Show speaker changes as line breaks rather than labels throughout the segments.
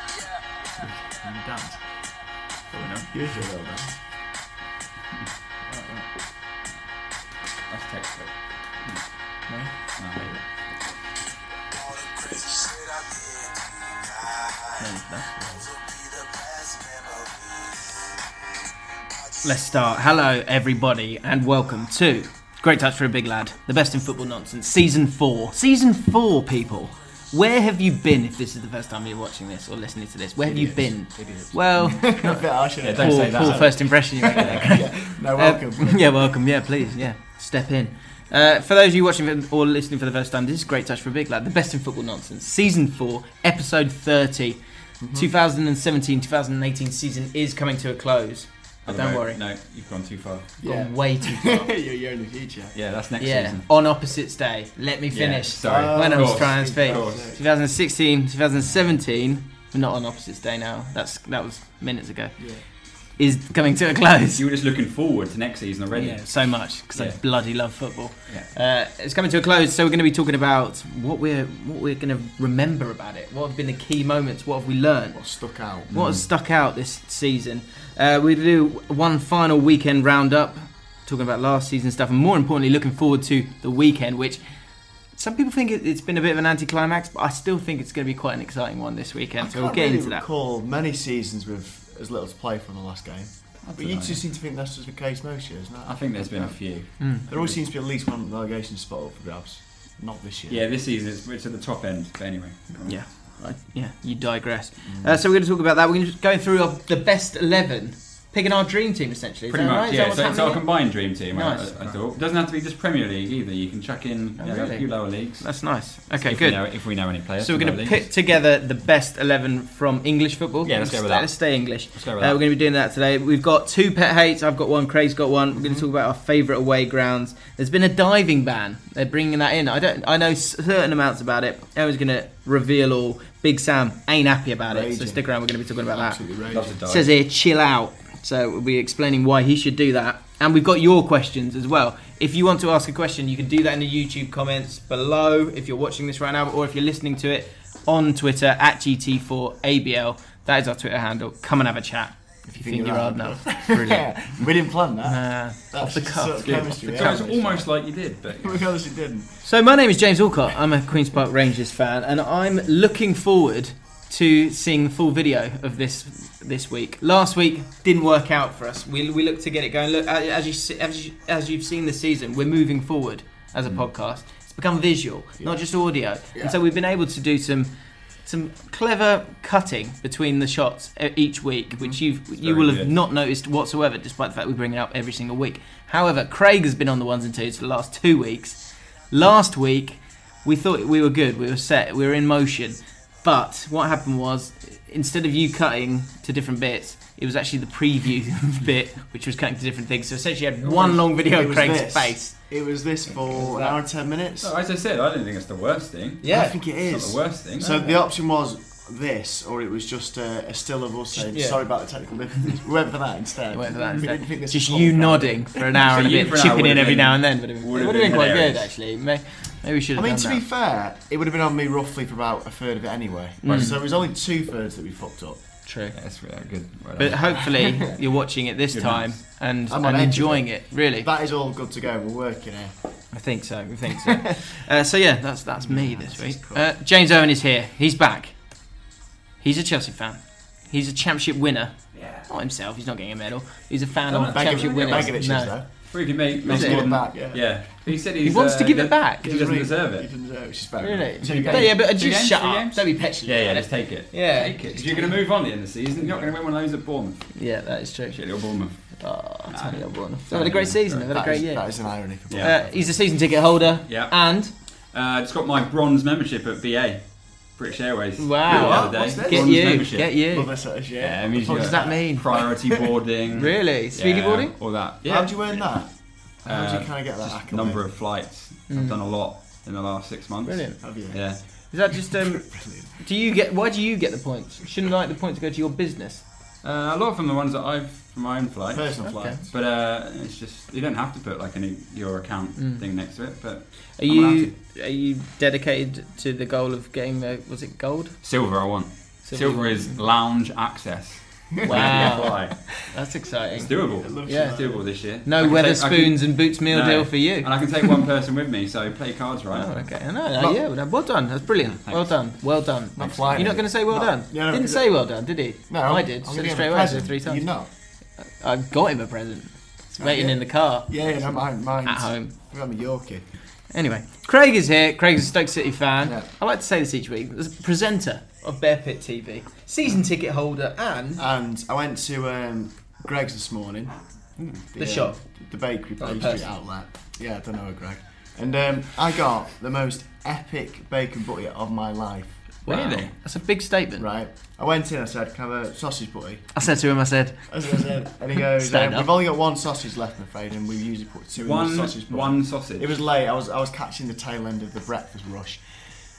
Can you dance? Probably not.
Usually they'll do.
That's textbook.
No?
No, I hate it. No, that's-
Let's start. Hello, everybody, and welcome to Great Touch for a Big Lad, the best in football nonsense, season four. Season four, people. Where have you been if this is the first time you're watching this or listening to this? Where have you been? Well,
Idiots.
poor,
bit harsh, yeah, don't say that.
poor first impression you make there.
no,
Uh,
welcome.
yeah, welcome. Yeah, please. Yeah, step in. Uh, for those of you watching or listening for the first time, this is Great Touch for a Big Lad, the best in football nonsense. Season 4, episode 30.
Mm-hmm.
2017 2018 season is coming to a close. But don't
No,
worry.
No, you've gone too far.
Gone way too far.
you're, you're in the future. Yeah, that's next
yeah,
season.
on opposites day. Let me
Yeah,
finish.
sorry. Of
When I was
course,
trying to
of
speak.
course.
2016, 2017, we're not on opposites day now. That's That was minutes ago. Is coming to a close.
You were just looking forward to next season already.
Yeah, so much because I
Yeah.
bloody love football.
Yeah.
Uh, it's coming to a close, so we're going to be talking about what we're what we're going to remember about it. What have been the key moments? What have we learned?
What stuck out?
What has stuck out this season? Uh, we do one final weekend roundup, talking about last season stuff, and more importantly, looking forward to the weekend, which some people think it, it's been a bit of an anticlimax, but I still think it's going to be quite an exciting one this weekend. so we'll
can't
get
really
into that.
recall many seasons with as little to play from the last game. But you just seem to think that's just the case most years, isn't it?
I think there's been a few.
Hmm.
There always seems to be at least one relegation spot up for grabs. Not this year.
Yeah, this season it's, it's at the top end. But anyway,
Yeah, I, yeah. You digress.
Mm.
Uh, so we're going to talk about that. We're going to go through our, the best eleven, picking our dream team essentially. Is
pretty
that
much.
right? Is that
Yeah,
what's
so it's our
happening?
combined dream team.
Nice.
I, I thought doesn't have to be just Premier League either. You can chuck in
Oh,
yeah,
really?
a few lower leagues.
That's nice. Okay,
if
good.
We know, if we know any players.
So we're
from
going to
lower
pick
leagues.
together the best eleven from English football.
Yeah, let's go with
stay,
that.
Let's stay English.
Let's go with
Uh,
that.
we're going to be doing that today. We've got two pet hates. I've got one. Craig's got one. We're going to
Mm-hmm.
talk about our favourite away grounds. There's been a diving ban. They're bringing that in. I don't. I know certain amounts about it. Everyone's going to reveal all. Big Sam ain't happy about it. So
Raging.
stick around. We're going to be talking about that.
Love
Absolutely
to
raging.
die.
says here, chill out. So we'll be explaining why he should do that. And we've got your questions as well. If you want to ask a question, you can do that in the YouTube comments below if you're watching this right now, or if you're listening to it on Twitter at GT4ABL. That is our Twitter handle. Come and have a chat if you think, you're hard enough. Brilliant.
Yeah, we didn't plan that.
Uh,
That's
the
just
cuff,
sort of
dude.
chemistry,
So
yeah.
it's almost like you did, but
We honestly didn't.
so my name is James Alcott. I'm a Queens Park Rangers fan, and I'm looking forward to seeing the full video of this this week. Last week didn't work out for us. We, we looked to get it going. Look, a- as you see- as you, as you've seen this season, we're moving forward as a
Mm.
podcast. It's become visual, not just audio, and so we've been able to do some. Some clever cutting between the shots e- each week, which you've, you
Mm-hmm. very
will have
good.
not noticed whatsoever, despite the fact we bring it up every single week. However, Craig has been on the ones and twos for the last two weeks. Last week, we thought we were good, we were set, we were in motion. But what happened was, instead of you cutting to different bits, it was actually the preview bit which was cutting to different things. So essentially, you had one long video
It
of
was
Craig's
this.
face.
It was this for an hour and ten minutes.
No, as Oh, I said, I don't think it's the worst thing.
I think it
It's
is.
not the worst thing.
So
No.
the option was this, or it was just a, a still of us saying
yeah.
sorry about the technical difficulties. We went for that instead.
We went for that
We
instead.
didn't think this
Just
was
you
all right.
nodding for an hour
So
and a
you
bit,
for an hour
chipping in
would've
every
been-
now and then. Would have,
would've
would have been
been
quite good
hilarious.
actually. May- Maybe we should.
I
Have
mean,
done
to
that. Mm.
be fair, it would have been on me roughly for about a third of it anyway. So it was only two thirds that we fucked up.
True.
Yeah, that's really good. Right
But
on.
hopefully you're watching it this
Good
time
maths.
and,
I'm
and
on edge of
enjoying it. Really,
That is all good to go. We're working here.
I think so. I think so. uh, so yeah, that's that's me this
That's
week.
cool.
Uh, James Owen is here. He's back. He's a Chelsea fan. He's a championship winner.
Yeah.
Not himself. He's not getting a medal. He's a fan
Oh,
of
Begovic-
championship winners.
Begovic is
No.
though.
Freaking mate, Ross
Let's give it
Gordon.
back. Yeah.
Yeah, he said he's,
He wants to
uh,
give it
that-
back.
He doesn't deserve
He
it.
doesn't deserve it, which is fair.
Really?
Two games.
But yeah, but uh,
Two
just
games,
shut
three
up.
games?
Don't be petulant.
Yeah, yeah, just take it.
Yeah.
take it. You're going to move on at the end of the season. You're not going to win one of those at Bournemouth.
Yeah, that is true.
Shit, you're Bournemouth.
Oh, Tony Osborne. They've had a great season. They've had a
That
great
is-
year.
That is an irony for
Yeah.
Uh, he's a season ticket holder.
Yeah.
And
Uh, just got my bronze membership at BA, British Airways.
Wow.
The other day.
What's this?
get
Bronze
you.
membership.
Get you.
Love this, yeah.
Yeah, it means
What
you
does
got
that mean?
Priority boarding.
Really? Speedy
Yeah,
boarding?
All that. Yeah.
How do you earn that? How do
Uh,
you kind of get that? accolade?
Number of flights. I've done a lot in the last six months.
Mm. Brilliant.
Have you?
Yeah.
Is that just um? do you get? Why do you get the points? Shouldn't like the points go to your business?
Uh, a lot from the ones that I've from my own flights.
Personal flights.
But uh, it's just you don't have to put like any your account thing next to it. But
Mm. Are
I'm allowed
you
to.
are you dedicated to the goal of getting the was it gold?
silver? I want silver, is lounge access.
Wow,
Fly.
that's
It's
exciting.
doable.
Love
Yeah.
It's doable this year. I
No
can
weather
take- I can-
spoons and boots meal
No.
deal for you.
And I can take one person with me, so play cards right.
Oh, okay, I know. uh, yeah, well, well done. That's brilliant. Well done. Well done.
Not flying.
You're not going to say well
No.
done.
Yeah, no,
Didn't
because
say well done, did he?
No,
I did.
I'm
Said
gonna
it
give
straight
him a
away.
present.
said three times.
You're not.
I got him a present. It's waiting
yeah.
in the car.
Yeah, yeah, no, mine, mine's
At home.
I'm a Yorkie.
Anyway, Craig is here. Craig's a Stoke City fan.
Yeah.
I like to say this each week. There's a presenter of Bear Pit TV, season ticket holder, and
And I went to um, Greg's this morning.
Hmm.
The shop?
The bakery
Oh, the
pastry
person.
outlet. Yeah, I don't know a Greg. And um, I got the most epic bacon butty of my life.
Really?
That's a big statement.
Right. I went in, I said, can I have a sausage butty?
I said to him, I said,
As I said. And he goes,
Stand
um,
up.
we've only got one sausage left, I'm afraid, and we usually put two in
One
the sausage butty.
one sausage.
It was late. I was I was catching the tail end of the breakfast rush.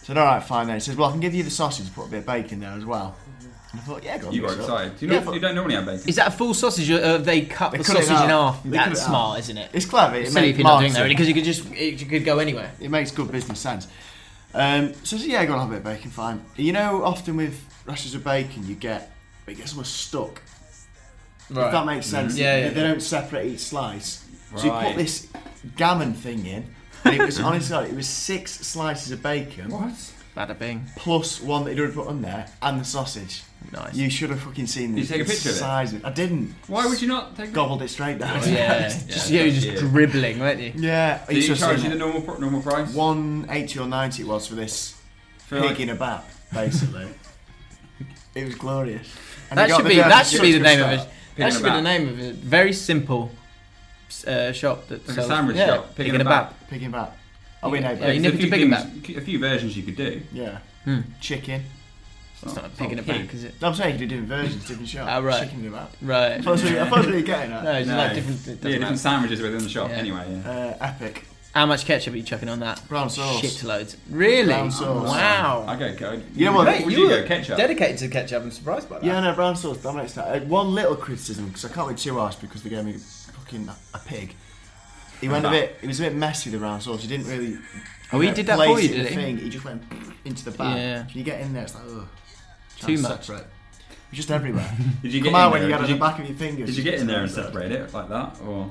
So all right, fine then. He says, well, I can give you the sausage, put a bit of bacon there as well. And I thought, yeah, go on.
you
mix
were
it up."
excited. Do you,
Yeah,
know,
but
you don't normally have bacon.
"Is that a full sausage? Or have they cut
They
the
cut it
sausage in
out.
half?
They cut
That's
it out.
smart, isn't it?"
It's clever.
Silly
It,
if
makes
you're not doing that
marketing-
really, because you could just it, you could go anywhere.
it makes good business sense. Um, so I said, yeah, go on, have a bit of bacon, fine. You know, often with rashers of bacon, you get it gets almost stuck.
Right.
If that makes sense.
Yeah,
They-
yeah.
They don't separate each slice. So you
Right.
put this gammon thing in. And it was honestly, it was six slices of bacon.
what?
Bada bing.
plus one that he'd already put on there and the sausage.
Nice.
You should have fucking seen
Did
this.
you take a picture of it?
size of it. I didn't.
Why would you not take?
Gobbled it straight down.
Yeah. just, yeah, you're just
Yeah.
dribbling, weren't you?
yeah.
Did he
should've
charge you
seen
the
it.
normal pr- normal price?
One eighty or ninety it was for this
For
pig
like-
in a bap, basically. it was glorious. And I
That
got
should
the
be
bit-
that should be the
such
name
good
of it.
start.
That
Picking
should
a
be the
bap.
name of it. Very simple uh, shop that
Like a
sells-
sandwich
yeah,
shop,
Picking,
picking
a
a
bap.
Pig in a bap. Oh, we know.
Yeah, you Hmm.
There's
Yeah.
never
a few
did big
things- A few versions you could do.
yeah. Chicken.
It's
Oh,
not picking a bap, is it?
No, I'm saying you could do different versions, different shop.
Ah, right.
Chicken in a bap.
Right.
I thought that's what you- I thought that's what you're getting at.
No, it's
No.
like different. It
Yeah,
doesn't
different
matter.
sandwiches within the shop.
Yeah.
Anyway, yeah.
Uh, epic.
How much ketchup are you chucking on that?
Brown sauce.
Shit loads. Really?
Brown sauce.
I
Wow.
go, go.
You know what?
Would you,
were
go ketchup?
dedicated to ketchup. I'm surprised by that.
Yeah, no, brown sauce dominates that. Uh, one little criticism because I can't be too harsh because they gave me fucking a pig. He went a bit. It was a bit messy. The brown sauce. He didn't really.
Oh, he did that
place
for you,
it in
did
the
he?
Thing. He just went into the bag.
Yeah.
So you get in there, it's like ugh.
Too
Trying to
much.
separate. It's just everywhere.
Did you get in
Come
there?
out when you got
did
on the back of your fingers.
Did you get in there and
It's everywhere.
separate it like that, or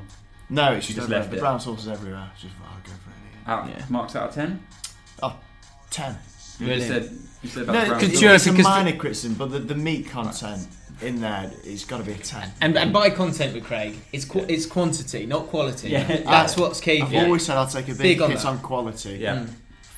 No, it's just,
Just
everywhere.
left
the
it.
brown sauce is everywhere. It's just I'll go for it. yeah.
out
Yeah.
marks out of ten? Ah.
Oh, ten.
You
Really?
just said you said about
No,
the brown
because
sauce.
it's,
you're-
it's a
because-
minor criticism, but the, the meat content in there is got to be a ten.
And, and by content with Craig, it's qu- it's quantity, not quality.
Yeah.
That's what's key.
I've
for you.
always said I'll take a big,
Big on
hit
that. Mm.
on quality
Yeah.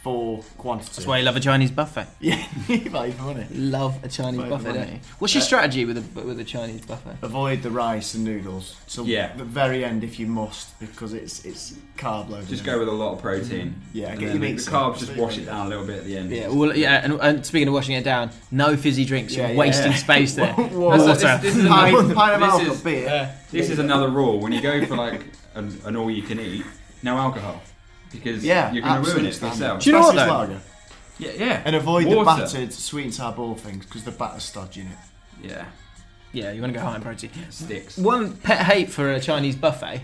for quantity.
That's why you love a Chinese buffet.
yeah, value for money.
Love a Chinese
Value for
buffet, Uh, don't
money.
you? What's your strategy with a with a Chinese buffet?
Avoid the rice and noodles till
Yeah.
the very end if you must, because it's it's carb loaded.
Just
in
go
it.
with a lot of protein.
Yeah,
and
get
then
your
the
meats in.
carbs. Just
Absolutely.
wash it down a little bit at the end.
Yeah, well, yeah, and, and speaking of washing it down, no fizzy drinks.
Yeah,
You're
yeah,
wasting
yeah.
space there.
Water.
Water.
This is
Pint,
another-
pint of
this
alcohol,
is- uh,
beer.
This is another rule. When you go for like an, an all you can eat, no alcohol. Because
Yeah,
you're going to ruin
absolute
it for
standard.
yourself.
Do you know what,
Especially
though?
lager.
Yeah, yeah.
And avoid the
Water.
battered sweet and sour ball things because the batter's stodgy in it.
Yeah,
Yeah, you want to go high in protein.
sticks.
One pet hate for a Chinese buffet.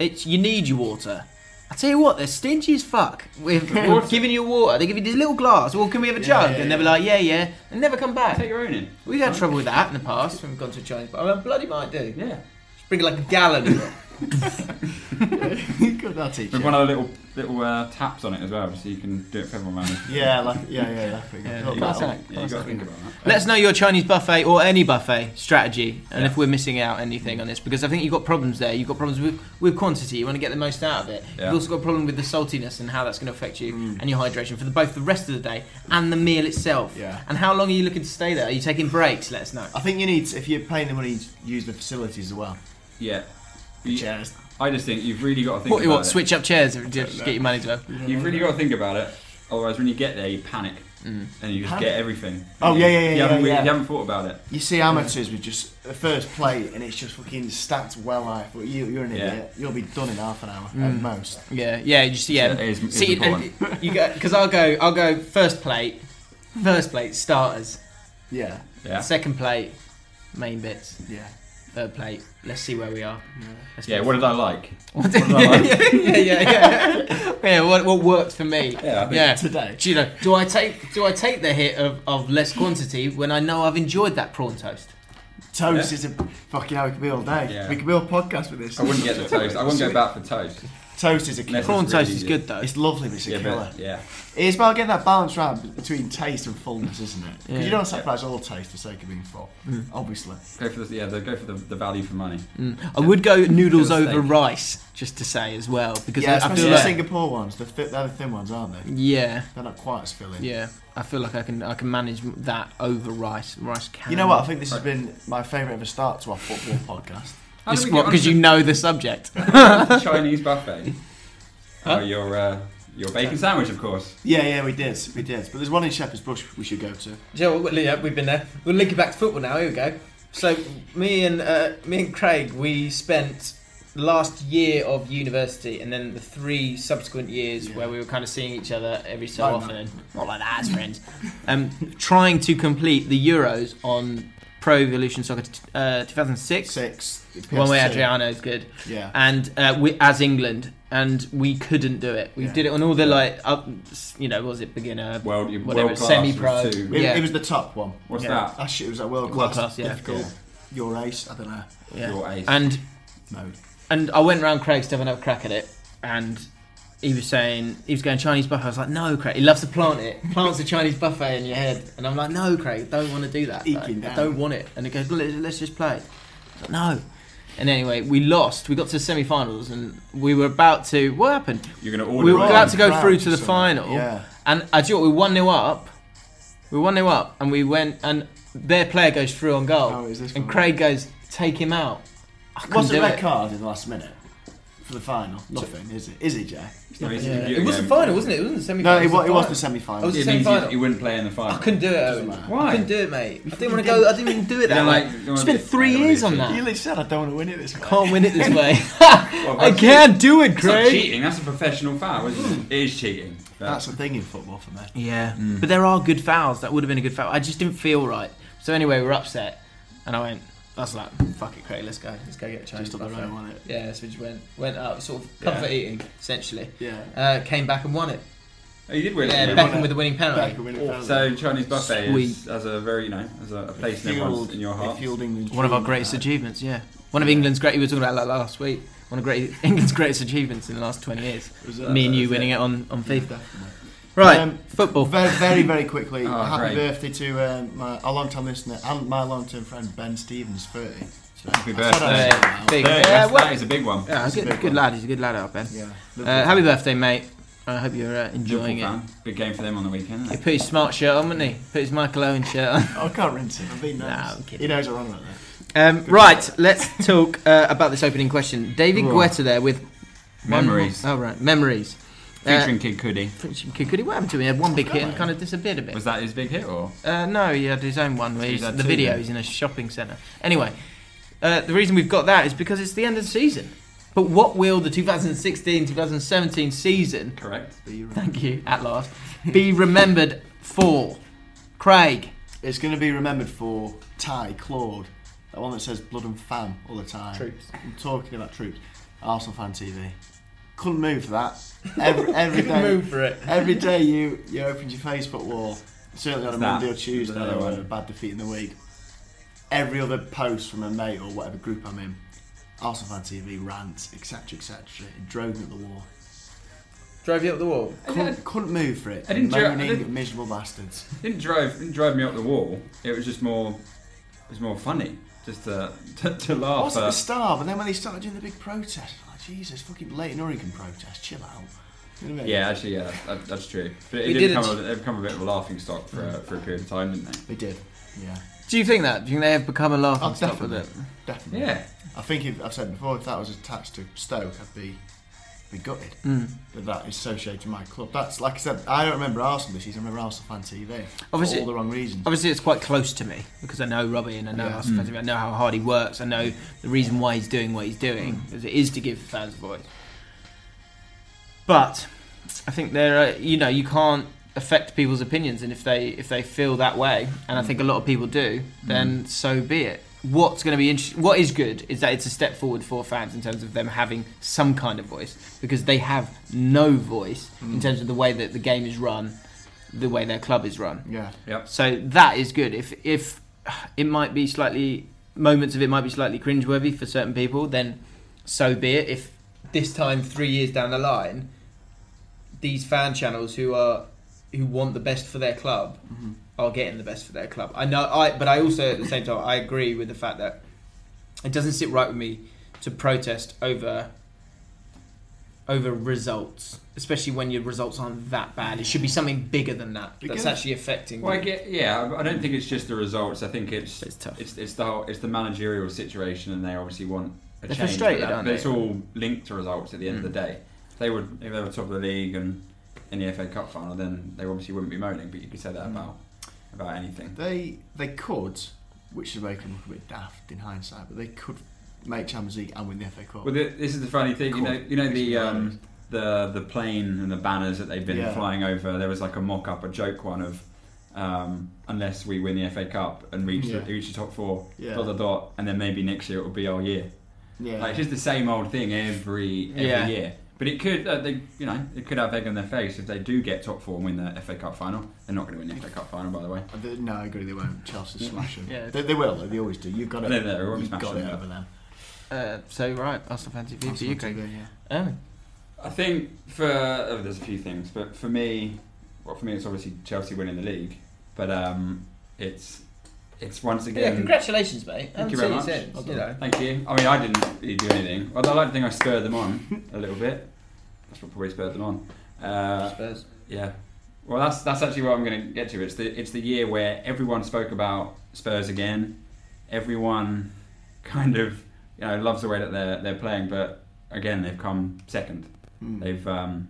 It's you need your water. I tell you what, they're stingy as fuck. With, with giving you water, they give you this little glass. Well, can we have a jug? and they'll be like, yeah, yeah, and never come back.
Take your own in.
We've had trouble with that in the past when we've gone to a Chinese bar. I bloody might do.
Yeah.
Bring like a gallon of it.
Good, that'll teach
With
you.
one of the little little uh, taps on it as well, so you can do it for everyone around. you.
Yeah, like, yeah, yeah, like, yeah,
You
that's
gotta-
it.
yeah, you got to think about that.
Let us know your Chinese buffet or any buffet strategy, and if we're missing out anything on this, because I think you've got problems there. You've got problems with, with quantity. You want to get the most out of it.
Yeah. Mm.
You've also got a problem with the saltiness and how that's going to affect you and your hydration for the, both the rest of the day and the meal itself.
Yeah.
And how long are you looking to stay there? Are you taking breaks? Let us know.
I think you need, to- if you're paying the money, use the facilities as well.
Yeah. You-
Chairs.
I just think you've really got to think
What,
about
what
it.
switch up chairs to just get your money's worth?
You've really got to think about it. Otherwise, when you get there, you panic and you just
Mm. Panic?
get everything.
Oh, yeah, yeah, yeah,
You haven't,
yeah,
really-
yeah.
You haven't thought about it.
You see amateurs with just the first plate and it's just fucking stacked well high. But you, you're an
Yeah.
idiot. You'll be done in half an hour
Mm.
at most.
Yeah, yeah, just yeah.
It is- it's
See, and
important.
you go because I'll go. I'll go first plate, first plate starters,
Yeah,
Yeah.
second plate, main bits,
yeah.
third plate. Let's see where we are. Let's
yeah.
move
What did I like?
yeah, yeah, yeah, yeah. yeah what, what worked for me?
Yeah, I think
today.
Do you know? Do I take do I take the hit of, of less quantity when I know I've enjoyed that prawn toast?
Toast is a fucking hell. We could be all day.
Yeah.
We could be all podcast with this.
I wouldn't get the toast. I wouldn't go back for toast.
Toast is a killer.
Unless
Prawn
It's really
toast is
good.
good though.
It's lovely, but it's a
Yeah,
killer.
but, yeah.
It's about getting that balance right between taste and fullness, isn't it? Because you don't sacrifice all taste for the sake of being full,
Mm.
obviously.
Go for the yeah. They go for the, the value for money.
I would go noodles
Good steak.
over rice, just to say as well, because
Yeah,
I, I
especially
feel
the
like
Singapore ones. The thi- they're the thin ones, aren't they?
yeah,
They're not quite as filling.
yeah. I feel like I can I can manage that over rice. Rice can.
You know what? I think this has been my favourite ever start to our football podcast.
How did we get
Because
onto
you know the subject.
the Chinese buffet. Oh, your uh, your bacon sandwich, of course.
Yeah, yeah, we did, we did. But there's one in Shepherd's Bush we should go to.
Yeah, well, yeah, we've been there. We'll link it back to football now. Here we go. So me and uh, me and Craig, we spent last year of university and then the three subsequent years where we were kind of seeing each other every so
Like
often, not like that as friends, um, trying to complete the Euros on Pro Evolution Soccer t- uh, 2006.
Six.
One way
PS2.
Adriano's good.
Yeah.
And uh, we, as England, and we couldn't do it. We
Yeah.
did it on all the like, up, you know, was it beginner,
World, world
whatever,
class
semi-pro.
was two.
It,
Yeah.
it was the top one.
What's
Yeah.
that?
That shit was like world,
World
class.
class, yeah.
Difficult. Your ace, I don't know.
Yeah.
Your ace.
And
No.
and I went round Craig's to have another crack at it, and he was saying he was going Chinese buffet. I was like, no, Craig. He loves to plant it. Plants a Chinese buffet in your head, and I'm like, no, Craig, don't want to do that. Like,
Eking
I
down.
don't want it. And he goes, "Let- let's just play. I was like, no. And anyway, we lost. We got to the semi-finals, and we were about to. What happened?
You're gonna order
We were
one.
about to go
Crowd,
through to the
so-
final.
yeah.
And I do. you know what, We one 0 up. We were one 0 up, and we went, and their player goes through on goal,
Oh, is this
and
one?
Craig goes, take him out. I couldn't
Was it
do
red
it.
card in the last minute for the final? Nothing, is it? Is it, Jay?
It's not easy to do
It was the
again.
final, wasn't it? It wasn't the semi
No,
final.
it, wa- it was the semi-final.
It was
It
Same
means you,
final.
you wouldn't play in the final.
I couldn't do it. Owen. I
Why?
couldn't do it, mate. I didn't want to go. I didn't even do it that
don't
way.
like- you don't
Spent
like-
three
I don't
years on
really
You
that.
literally said I don't want to win it this way.
Can't win it this way.
Well,
I
that's-
can't do it,
It's not
Craig.
cheating. That's a professional foul,
Mm.
isn't it? It is cheating. But
That's the thing in football for me.
Yeah, but there are good fouls. That would have been a good foul. I just didn't feel right. So anyway, we we're upset, and I went. I was like, "Fuck it, Craig. Let's go. Let's go get a change."
Just up the road, wasn't it?
Yeah, so we just went went up, sort of comfort eating essentially.
Yeah.
Uh, came back and won it.
oh, you did win.
Yeah,
it.
Beckham with the winning
Back
penalty.
and win it finally.
So Chinese buffet is,
Sweet.
has a very you know has a, a place in,
Fueled-
everyone's, in your
it
heart.
fueled England's
One of our
dream.
greatest achievements, yeah. One of England's great. We were talking about that last week. One of great England's greatest achievements in the last twenty years. Me and you winning it on on FIFA. Right,
Um,
football.
Very, very, very quickly.
Oh,
happy
great.
birthday to um, my, a long-time listener and my long-term friend Ben Stevens, thirty. So
Happy
I said I
birthday.
was-
Uh, big-
Yeah,
yeah,
that's-
well-
that is a big one.
yeah, good, good lad. He's a good lad out, Ben.
Yeah.
Uh, happy birthday, mate. I hope you're uh,
Liverpool
enjoying it.
fan. Big game for them on the weekend.
He
Isn't it?
put his smart shirt on, didn't he? Put his Michael Owen shirt on.
I can't rinse him. I'm being
Nah,
nice.
I'm kidding.
he knows I'm wrong about that.
Um, right, let's talk uh, about this opening question. David Guetta there with one-
Memories.
oh right, memories. Uh,
Featuring Kid Cudi.
Could he what happened to him? He had one big hit and kind of disappeared a bit.
Was that his big hit or?
Uh, no, he had his own one where he's,
He's had
the
two
video
then.
is in a shopping centre. Anyway, uh, the reason we've got that is because it's the end of the season. But what will the 2016 2017 season,
Correct.
thank you, at last, be remembered for? Craig.
It's going to be remembered for Ty Claude, that one that says blood and fam all the time.
Troops.
I'm talking about troops. Arsenal fan TV. Couldn't move for that. Every, every
Couldn't
day,
move for it.
Every day you you opened your Facebook wall. Certainly on a
that.
Monday or Tuesday,
No,
or I had
no.
a bad defeat in the week. Every other post from a mate or whatever group I'm in, Arsenal fan TV rant, etc., etc. It drove me up the wall.
Drove you up the wall.
Couldn't, couldn't move for it.
I didn't dri- I
Moaning,
didn't-
miserable bastards.
Didn't drive didn't drive me up the wall. It was just more it was more funny just to to, to
I
laugh.
was at
at.
the start, but then when they started doing the big protest, I'm like Jesus, fucking Leighton Oregon protest, chill out. You know what I mean?
yeah, actually, yeah, that, that's true. But it
We
did
did it.
become, a, it become a bit of a laughing stock for, a for a period of time, didn't
they did. Yeah,
Do you think that? Do you think they have become a laughing
oh,
stock with
definitely,
it?
they?
definitely.
Yeah.
I think if, I've said before, if that was attached to Stoke, I'd be be gutted.
Hmm.
But that is associated to my club. That's like I said, I don't remember Arsenal this season. I remember Arsenal fan TV
Obviously-
for all the wrong reasons.
Obviously, it's quite close to me because I know Robbie and I know us fans, I know how hard he works. I know the reason why he's doing what he's doing because it is to give fans a voice. But I think there, are, you know, you can't affect people's opinions, and if they if they feel that way, and I think a lot of people do, then so be it. What's going to be interesting? What is good is that it's a step forward for fans in terms of them having some kind of voice because they have no voice in terms of the way that the game is run, the way their club is run.
yeah,
Yep.
So that is good. If if it might be slightly moments of it might be slightly cringeworthy for certain people, then so be it. If this time three years down the line, these fan channels who are who want the best for their club are getting the best for their club. I know. I but I also at the same time I agree with the fact that it doesn't sit right with me to protest over over results. Especially when your results aren't that bad, it should be something bigger than that.
Because-
that's actually affecting.
Well, I
you.
get, yeah, I I don't think it's just the results. I think it's
It's tough.
It's, it's the whole, it's the managerial situation, and they obviously want a
They're
change.
frustrated,
but, that-
aren't
but
they? Mm.
it's all linked to results at the end of the day. If they would, if they were top of the league and in the FA Cup final, then they obviously wouldn't be moaning. But you could say
Mm.
that about about anything.
they they could, which is making them look a bit daft in hindsight, but they could make Champions League and win the FA Cup.
Well, th this is the funny thing. You know, you know the um, the the plane and the banners that they've been
Yeah.
flying over. There was like a mock-up, a joke one of. Um, unless we win the FA Cup and reach,
Yeah.
the, reach the top four,
Yeah.
dot dot dot, and then maybe next year it will be our year.
yeah,
Like it's just the same old thing every every
Yeah.
year. But it could, uh, they, you know, it could have egg on their face if they do get top four and win the FA Cup final. They're not going to win the FA Cup final, by the way.
Uh, they- No, I agree. They won't. Chelsea smash them.
Yeah.
They, they will. They always do. You've got it.
They're there, always
You've
smash
got
them,
it
yeah.
over them.
Uh, so right, Arsenal fancy view for
Arsenal
you,
TV,
Craig.
yeah.
Um,
I think for oh, there's a few things, but for me, well, for me it's obviously Chelsea winning the league, but um, it's it's once again.
congratulations, mate.
Thank you very much. Thank you. I mean, I didn't really do anything. Although I like to think I spurred them on a little bit. That's what probably spurred them on. Uh,
Spurs.
Yeah. Well, that's that's actually what I'm going to get to. It's the it's the year where everyone spoke about Spurs again. Everyone kind of you know loves the way that they're they're playing, but again they've come second. They've um,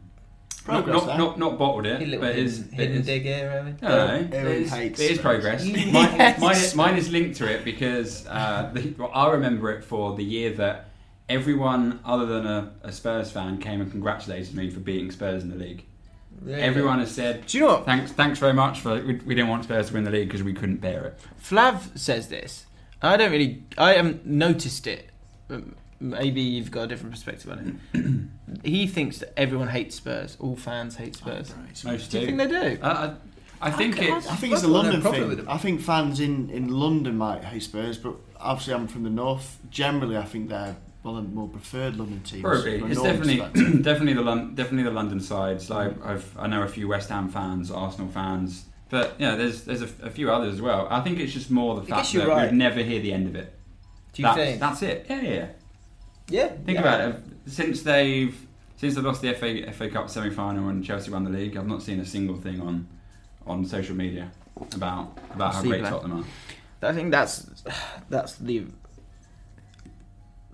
not,
Progress
not,
there.
not not bottled it,
A little
but it is
eh? hidden,
it
hidden
is,
dig here, Owen.
no, no, no.
Aaron
It is-
hates
it is
Spurs.
progress. mine, mine, is, mine is linked to it because uh, the, well, I remember it for the year that everyone other than a, a Spurs fan came and congratulated me for beating Spurs in the league.
Really?
Everyone has said,
Do you know what?
Thanks, thanks very much for. We, we didn't want Spurs to win the league because we couldn't bear it.
Flav says this. I don't really. I haven't noticed it. but Maybe you've got a different perspective on it. he thinks that everyone hates Spurs. All fans hate Spurs.
Most
Do you think they do?
Uh, I, I think it's.
I think it's a
I've got no
London
problem
thing.
with them.
I think fans in, in London might hate Spurs, but obviously I'm from the north. Generally, I think they're one of the more preferred London teams.
Probably.
from a
It's
northern
definitely
perspective.
definitely the Lon- definitely the London sides. Like I've, I know a few West Ham fans, Arsenal fans, but yeah, there's there's a, a few others as well. I think it's just more the fact
guess you're
that
right.
we'd never hear the end of it.
Do you
That's-
think?
that's it? Yeah, yeah.
yeah.
Think about it. Since they've since they lost the FA FA Cup semi final and Chelsea won the league, I've not seen a single thing on on social media about about how
See
great
that.
Tottenham are.
I think that's that's the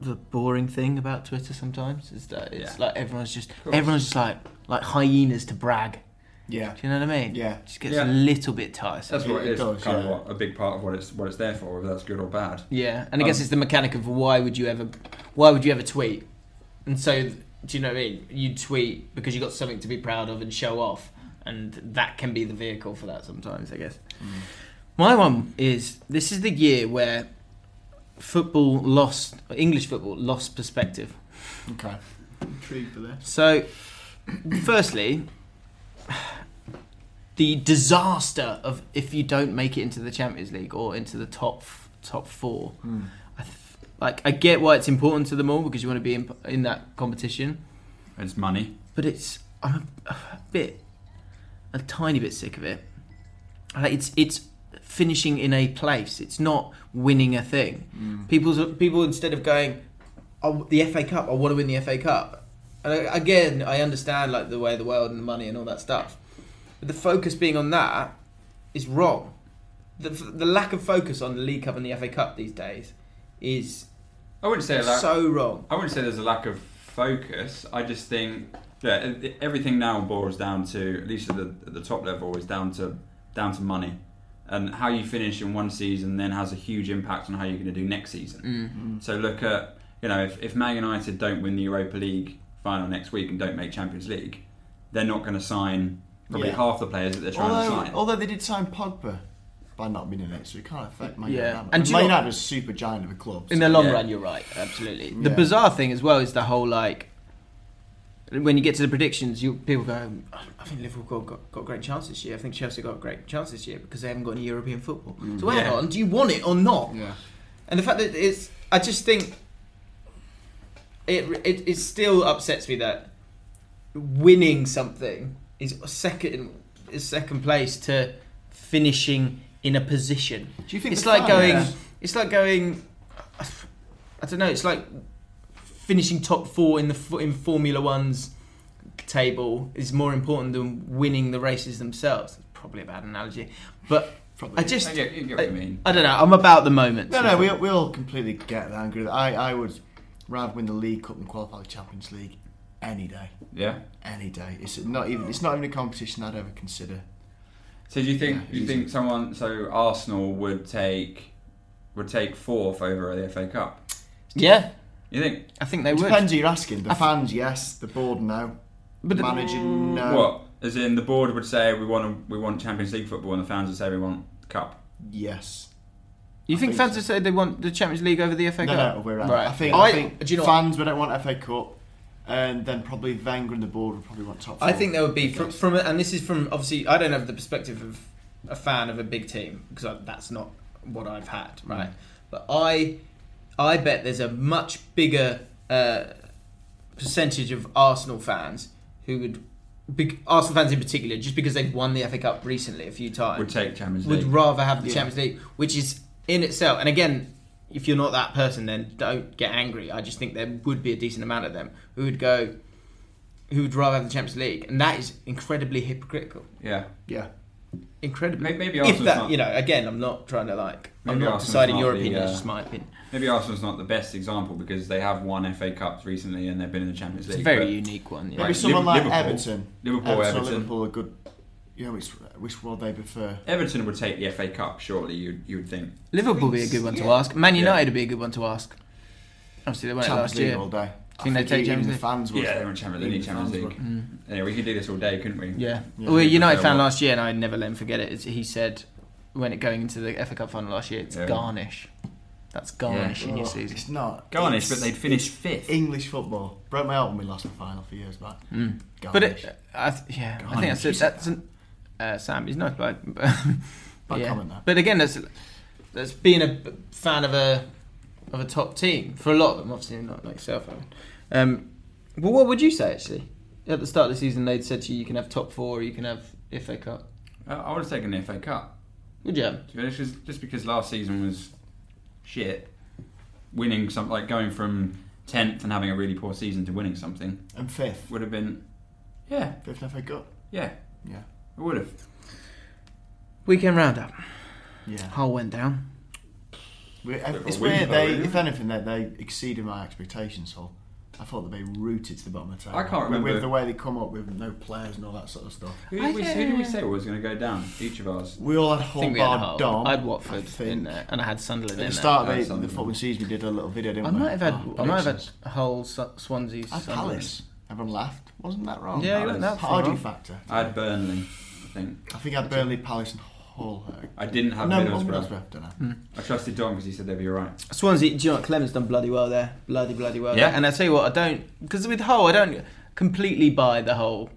the boring thing about Twitter sometimes is that it's
Yeah.
like everyone's just everyone's just like like hyenas to brag.
Yeah.
Do you know what I mean?
Yeah.
just gets
Yeah.
a little bit tiresome.
That's what
It
it is.
does,
kind
yeah.
of what, a big part of what it's what it's there for, whether that's good or bad.
yeah, and I guess it's the mechanic of why would you ever why would you ever tweet? And so do you know what I mean? You tweet because you got something to be proud of and show off, and that can be the vehicle for that sometimes. I guess. My one is this is the year where football lost English football lost perspective.
Okay. intrigued for this.
So, firstly, the disaster of if you don't make it into the Champions League or into the top f- top four. I th- like I get why it's important to them all because you want to be in, in that competition,
It's money.
but it's I'm a, a bit, a tiny bit sick of it. Like it's it's finishing in a place. It's not winning a thing. People's people instead of going, oh, the FA Cup. I want to win the FA Cup. And I, again, I understand like the way of the world and the money and all that stuff, but the focus being on that is wrong. The, the lack of focus on the League Cup and the FA Cup these days is
I wouldn't say that.
so wrong.
I wouldn't say there's a lack of focus. I just think yeah, e- e- everything now boils down to at least at the, at the top level is down to down to money, and how you finish in one season then has a huge impact on how you're going to do next season.
Mm-hmm.
So look at you know if, if Man United don't win the Europa League final next week and don't make Champions League, they're not going to sign probably
Yeah.
half the players that they're trying to
Although,
sign.
although they did sign Pogba by not being in it, so it can't affect Man
Yeah.
United.
And
And
do you
Man
know-
United is super giant of a club.
In
so-
the long
Yeah.
run, you're right, absolutely. The
Yeah.
bizarre thing as well is the whole like when you get to the predictions, you people go, "Oh, I think Liverpool got, got great chance this year. I think Chelsea got great chance this year because they haven't got any European football. so hang
Yeah.
on, do you want it or not?
yeah.
And the fact that it's, I just think it, it it still upsets me that winning something is second is second place to finishing in a position.
Do you think
it's
the
like
fans-
going?
Yeah.
It's like going. I don't know. It's like finishing top four in the f- in Formula One's table is more important than winning the races themselves. Probably a bad analogy, but
Probably
I
is.
just
I get- you get what I mean.
I don't know. I'm about the moment.
No, no, we, we all completely get that and agree with that. I, I would rather win the League Cup than qualify for the Champions League any day.
Yeah.
Any day. It's not even it's not even a competition I'd ever consider.
So do you think
Yeah,
do you
easy.
think someone so Arsenal would take would take fourth over the FA Cup?
Yeah,
You think
I think they would.
Depends who you're asking. The fans, yes. The board, no.
But the-
manager, no.
Um,
what? As in the board would say we want we want Champions League football and the fans would say we want cup.
Yes.
You think,
think
fans
so.
would say they want the Champions League over the FA
No,
Cup?
no, we're out.
Right.
I think, I, think
do you know what?
fans would don't want FA Cup, and then probably Wenger and the board would probably want top. Four,
I think there would be
I
from,
guess.
from and this is from obviously I don't have the perspective of a fan of a big team because I, that's not what I've had right but I I bet there's a much bigger uh, percentage of Arsenal fans who would big Arsenal fans in particular just because they've won the FA Cup recently a few times
Would take Champions
Uh, would
League.
rather have the Champions League, which is in itself. And again, if you're not that person, then don't get angry. I just think there would be a decent amount of them who would go, who would rather have the Champions League, and that is incredibly hypocritical.
yeah.
yeah.
Incredibly.
May- maybe
if
Arsenal's
that,
not-
you know, again, I'm not trying to like, I'm
Maybe
not
Arsenal's
deciding
not
your
the,
opinion. It's
uh,
just my opinion.
Maybe Arsenal's not the best example because they have won FA Cups recently and they've been in the Champions League.
It's a very
but-
unique one. Yeah.
Maybe
Like
someone
Liv-
like
Liverpool.
Everton.
Liverpool,
Everton, or
Everton.
Liverpool are good. You know which which world they prefer.
Everton would take the FA Cup, surely you you would think.
Liverpool would be a good one to ask. Man United would be a good one to ask. Obviously, they won it
Champions
last
League
year.
all day. I
Think they take
even
Champions
the
League?
fans would.
Yeah, they were in Champions League.
Even the
Champions
fans
League. Anyway, we could do this all day, couldn't we?
Yeah.
Yeah.
well, a United
Yeah,
fan
well-
last year, and I never let him forget it. is He said, when it going into the FA Cup final last year, it's
Yeah.
garnish. That's garnish in
would.
your
Oh,
season.
It's not
Garnish,
it's
but they'd finish fifth.
English football broke my heart when we lost the final for years back. Garnish.
Mm. But it, I th- yeah, I think
Garnish,
that's it. That's an, uh, Sam. He's nice bloke. but-
Bad
yeah.
comment there.
But again, that's that's being a b- fan of a of a top team for a lot of them. Obviously, not like yourself. Owen. Um, but what would you say actually? At the start of the season, they'd said to you, you can have top four, or you can have FA Cup.
I- Uh, I would have taken the FA Cup.
Would you? Have?
To be honest, 'cause- just because last season was shit, winning something like going from tenth and having a really poor season to winning something
and fifth,
would have been, yeah,
fifth FA Cup.
yeah,
Yeah,
it would have.
Weekend roundup.
yeah.
Hull went down.
We- It's
a win,
weird.
though,
They,
isn't
if
it?
anything, they, they exceeded my expectations. Hull. I thought they'd be rooted to the bottom of the table.
I can't
With-
remember.
with the way they come up with no players and all that sort of stuff.
Who did, we, who did we say was going to go down? Each of ours.
We all had Hull,
we had
bar
Hull.
Dom.
I had Watford
I think.
in there, and I had Sunderland in
At
there.
the start
Yeah,
of the, the
Sunderland.
football season, we did a little video, didn't
I
we?
might have had,
Oh,
I might have
predictions.
had Hull, Su- Swansea,
I had
Sunderland.
Palace. Everyone laughed. Wasn't that wrong?
Yeah, you
Palace.
went that far.
Pardew factor.
I had Burnley, I think.
I think I had Burnley, Palace, and Paul Hurg.
I didn't have
no,
Middlesbrough.
Middlesbrough, don't know.
I trusted Don because he said they'd be all right.
Swansea, do you know what? Clemens done bloody well there, bloody bloody well.
Yeah.
there. and I tell you what, I don't because with Hull, I don't completely buy the whole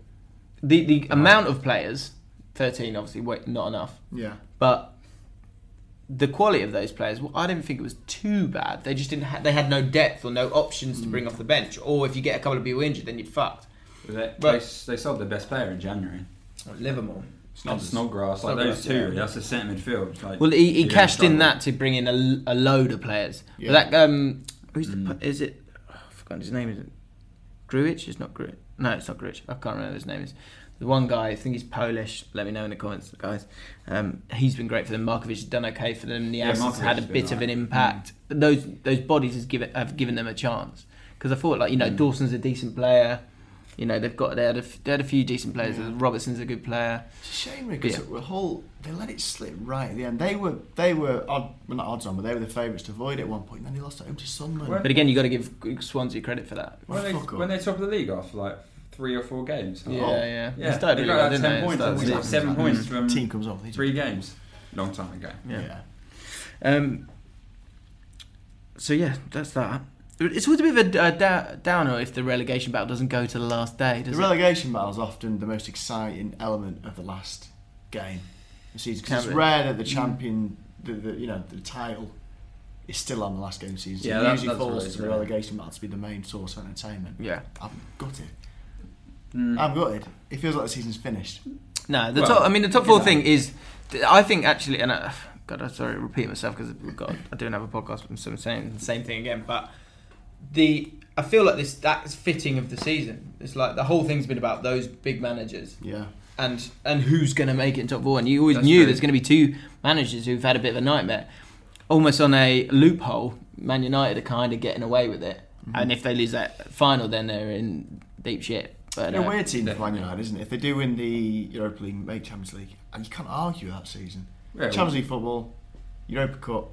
the the amount of players. Thirteen, obviously, wait, not enough,
Yeah.
but the quality of those players, well, I didn't think it was too bad. They just didn't, ha- they had no depth or no options to bring
Mm.
off the bench, or if you get a couple of people injured, then you're fucked.
But They,
But-
they, s- they sold their best player in January.
Livermore.
Not Snodgrass, like
Snodgrass,
those two.
yeah.
really. That's the centre midfield. Like,
Well, he, he
you're gonna
cashed in
struggle.
that to bring in a, l- a load of players.
Yeah.
But that um, who's
Mm.
the, pu- is it? Oh, I've forgotten his name. Is it Gruich? It's not Gruich. No, it's not Gruich. I can't remember his name. Is the one guy? I think he's Polish. Let me know in the comments, guys. Um, he's been great for them. Markovic has done okay for them.
Yeah,
Nias has
Markovic
had a
has been
bit of
alright.
an impact. But those those bodies has given have given them a chance because I thought like you
Mm.
know Dawson's a decent player. You know they've got they had a, f- they had a few decent players. Robertson's a good player.
It's a shame because
Yeah.
the whole they let it slip right at the end. They were they were odd, well, not odds on, but they were the favourites to avoid it at one point. And then they lost at home to Sunderland.
Well,
But again, you got to give Swansea credit for that.
When they,
Fuck up.
when they top of the league after like three or four games.
Yeah,
Oh.
yeah.
Yeah,
They started really
they got
well,
like
didn't
10
they? It
points.
started
Always like
really
seven
well.
points
Mm.
from
Team comes off, they
three
do.
games. Long time ago.
yeah.
Um, so yeah, that's that. It's always a bit of a, a da- downer if the relegation battle doesn't go to the last day,
The
does it?
relegation battle is often the most exciting element of the last game. of The season 'cause
Can
it's
be.
rare that the champion, the, the you know the title, is still on the last game of the season. So
Yeah,
it
that-
usually
that's
falls
really
to the
rare.
relegation battle to be the main source of entertainment.
Yeah.
I've got it.
Hmm.
I've got it. It feels like the season's finished.
No, the
Well,
top. I mean, the top four
you know.
thing is, I think actually, and I, God, I'm sorry, to repeat myself because God, I do have a podcast. but I'm saying the same thing again, but the I feel like this that's fitting of the season. It's like the whole thing's been about those big managers.
Yeah.
and and who's going to make it in top four. And you always
That's
knew
true.
there's going to be two managers who've had a bit of a nightmare, almost on a loophole. Man United are kind of getting away with it,
Mm-hmm.
and if they lose that final, then they're in deep shit. But
They're
uh,
a weird team for Man United, isn't it? If they do win the Europa League, make Champions League, and you can't argue that season.
Yeah, well-
Champions League football, Europa Cup,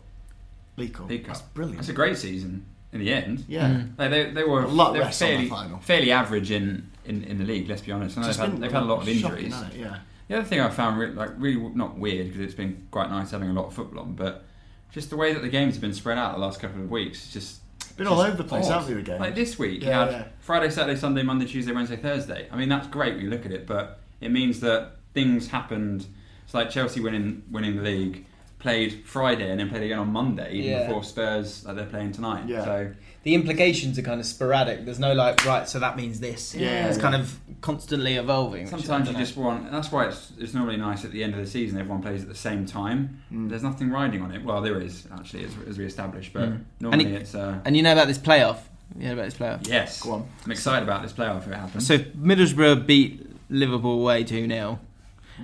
League Cup.
League
That's
Cup.
brilliant.
That's a great season in the end.
yeah.
Like they, they were
A lot
they were
less on the
fairly,
final.
fairly average in, in, in the league. Let's be honest. I know
It's
they've, had,
been
they've had a lot of
shocking,
injuries.
hasn't it? Yeah.
The other thing I found re- like really w- not weird because it's been quite nice having a lot of football on, but just the way that the games have been spread out the last couple of weeks, it's just
Been
it's
all
just
over the place,
odd.
haven't they, the games?
Like this week, you
Yeah,
had
yeah.
Friday, Saturday, Sunday, Monday, Tuesday, Wednesday, Thursday. I mean, that's great when you look at it, but it means that things happened. It's like Chelsea winning winning the league, played Friday and then played again on Monday even
Yeah.
before Spurs like they're playing tonight.
Yeah.
So
the implications are kind of sporadic. There's no like right, so that means this.
Yeah,
it's
yeah.
kind of constantly evolving. which is-
Sometimes
I
you
don't know.
just want. That's why it's, it's normally nice at the end of the season. Everyone plays at the same time.
Mm.
There's nothing riding on it. Well, there is actually, as, as we established. But normally
Mm. And it-
it's. Uh,
and you know about this playoff. You know about this playoff.
yes,
Go on.
I'm excited about this playoff if it happens.
So Middlesbrough beat Liverpool away two 0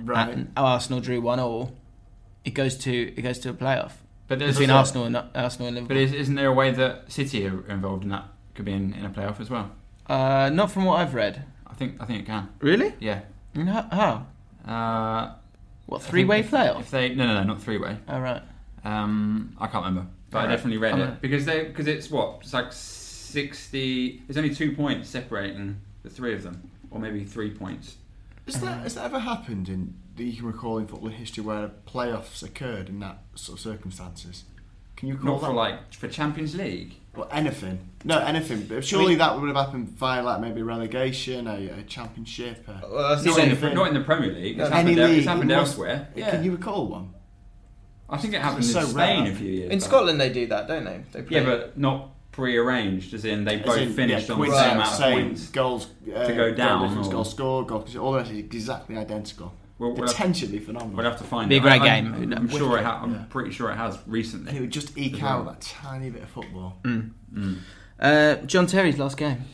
Right.
and Arsenal drew one all. It goes to it goes to a playoff.
but there's
between Arsenal and uh, Arsenal and
But
Liverpool.
is, isn't there a way that City are involved in that? Could be in, in a playoff as well.
uh, not from what I've read.
I think. I think it can.
Really?
Yeah.
No, how?
Uh,
What three way playoff?
if they no no no not three way.
All right.
Um, I can't remember, but I
Alright.
definitely read
Alright.
it because they because it's what it's like sixty. There's only two points separating the three of them, or maybe three points.
Has that, has that ever happened in that you can recall in football history where playoffs occurred in that sort of circumstances? Can you recall
Not
that?
for like for Champions League.
Well, anything. No, anything. But surely that would have happened via like maybe relegation, a, a championship. A,
Not in, the, not in the Premier League. It's
any
happened, el-
league.
it's happened
It must-
elsewhere.
Can
Yeah.
you recall one?
I think it happened in
It's so
Spain
rare.
a few years.
in
back.
Scotland they do that, don't they? They play.
Yeah, but not pre-arranged, as in they both
As in,
finished
yeah,
on the
coincidence,
same amount of
same
points.
Goals uh,
To go down,
Goal difference,
or-
goal score, goal. All the rest is exactly identical.
Well, we'll have-
Potentially
We'll
phenomenal.
have to find.
Be a
it.
great
I-
game.
I'm, I'm sure it. Ha- I'm
Yeah.
pretty sure it has
and it
recently.
would just eke out that tiny bit of football.
Mm. Uh, John Terry's last game.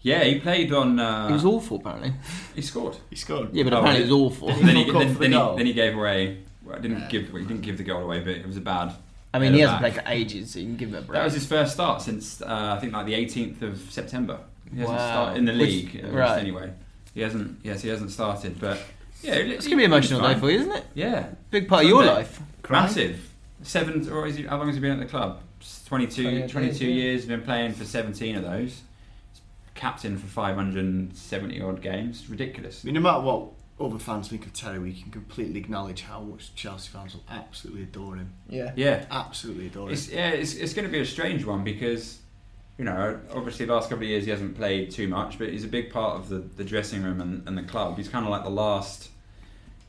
Yeah, he played on. Uh,
It was awful, apparently.
he scored.
He scored.
Yeah, but
Oh,
apparently it
really?
was awful.
then, he,
Fuck off
then,
for
then,
the
he,
goal.
then he gave away. Well, I didn't give. He didn't give the goal away, but it was a bad.
I mean, he
header
hasn't played
back.
for ages, so you can give him a break.
That was his first start since uh, I think like the 18th of September. He hasn't
Wow.
started in the
Which-
league, at
right.
least anyway. He hasn't. Yes, he hasn't started, but yeah,
it's gonna be an emotional day for you, isn't it?
Yeah,
Big part of your
Sunday.
life.
massive. Seven or is he, how long has he been at the club? It's 22, 22 years. Been playing for 17 of those. He's Captain for 570 odd games. Ridiculous.
I mean, no matter what other fans think of Terry, we can completely acknowledge how much Chelsea fans will absolutely adore him.
Yeah.
Yeah,
Absolutely adore him.
it's yeah, it's, it's going to be a strange one because you know, obviously, the last couple of years he hasn't played too much, but he's a big part of the, the dressing room and, and the club. He's kind of like the last,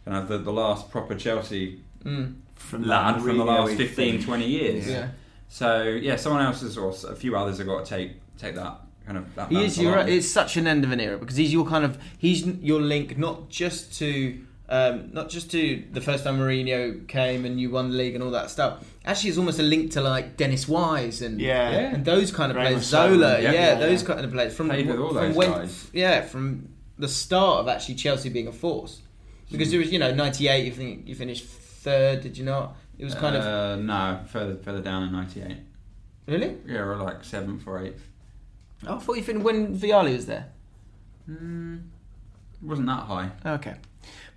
you know, the, the last proper Chelsea
Mm.
From
lad
that
from the last
Mourinho-y
15,
thing.
20 years.
Yeah.
So yeah, someone else has, or a few others have got to take take that kind of. That
He
mantle
is. You're
on.
right. It's such an end of an era because he's your kind of he's n- your link not just to um, not just to the first time Mourinho came and you won the league and all that stuff. Actually, it's almost a link to like Dennis Wise and
Yeah. Yeah.
and those kind of
Graham
players.
Sonnen,
Zola, yeah,
yeah. Yeah,
those
yeah.
kind of players from
Played with all
from
those
when,
guys.
yeah from the start of actually Chelsea being a force because there was you know '98 you think you finished third did you not? It was kind of
Uh, no further further down in '98.
really.
Yeah, we're like seventh or eighth.
Oh, I thought you finished when Vialli was there.
It wasn't that high.
Okay,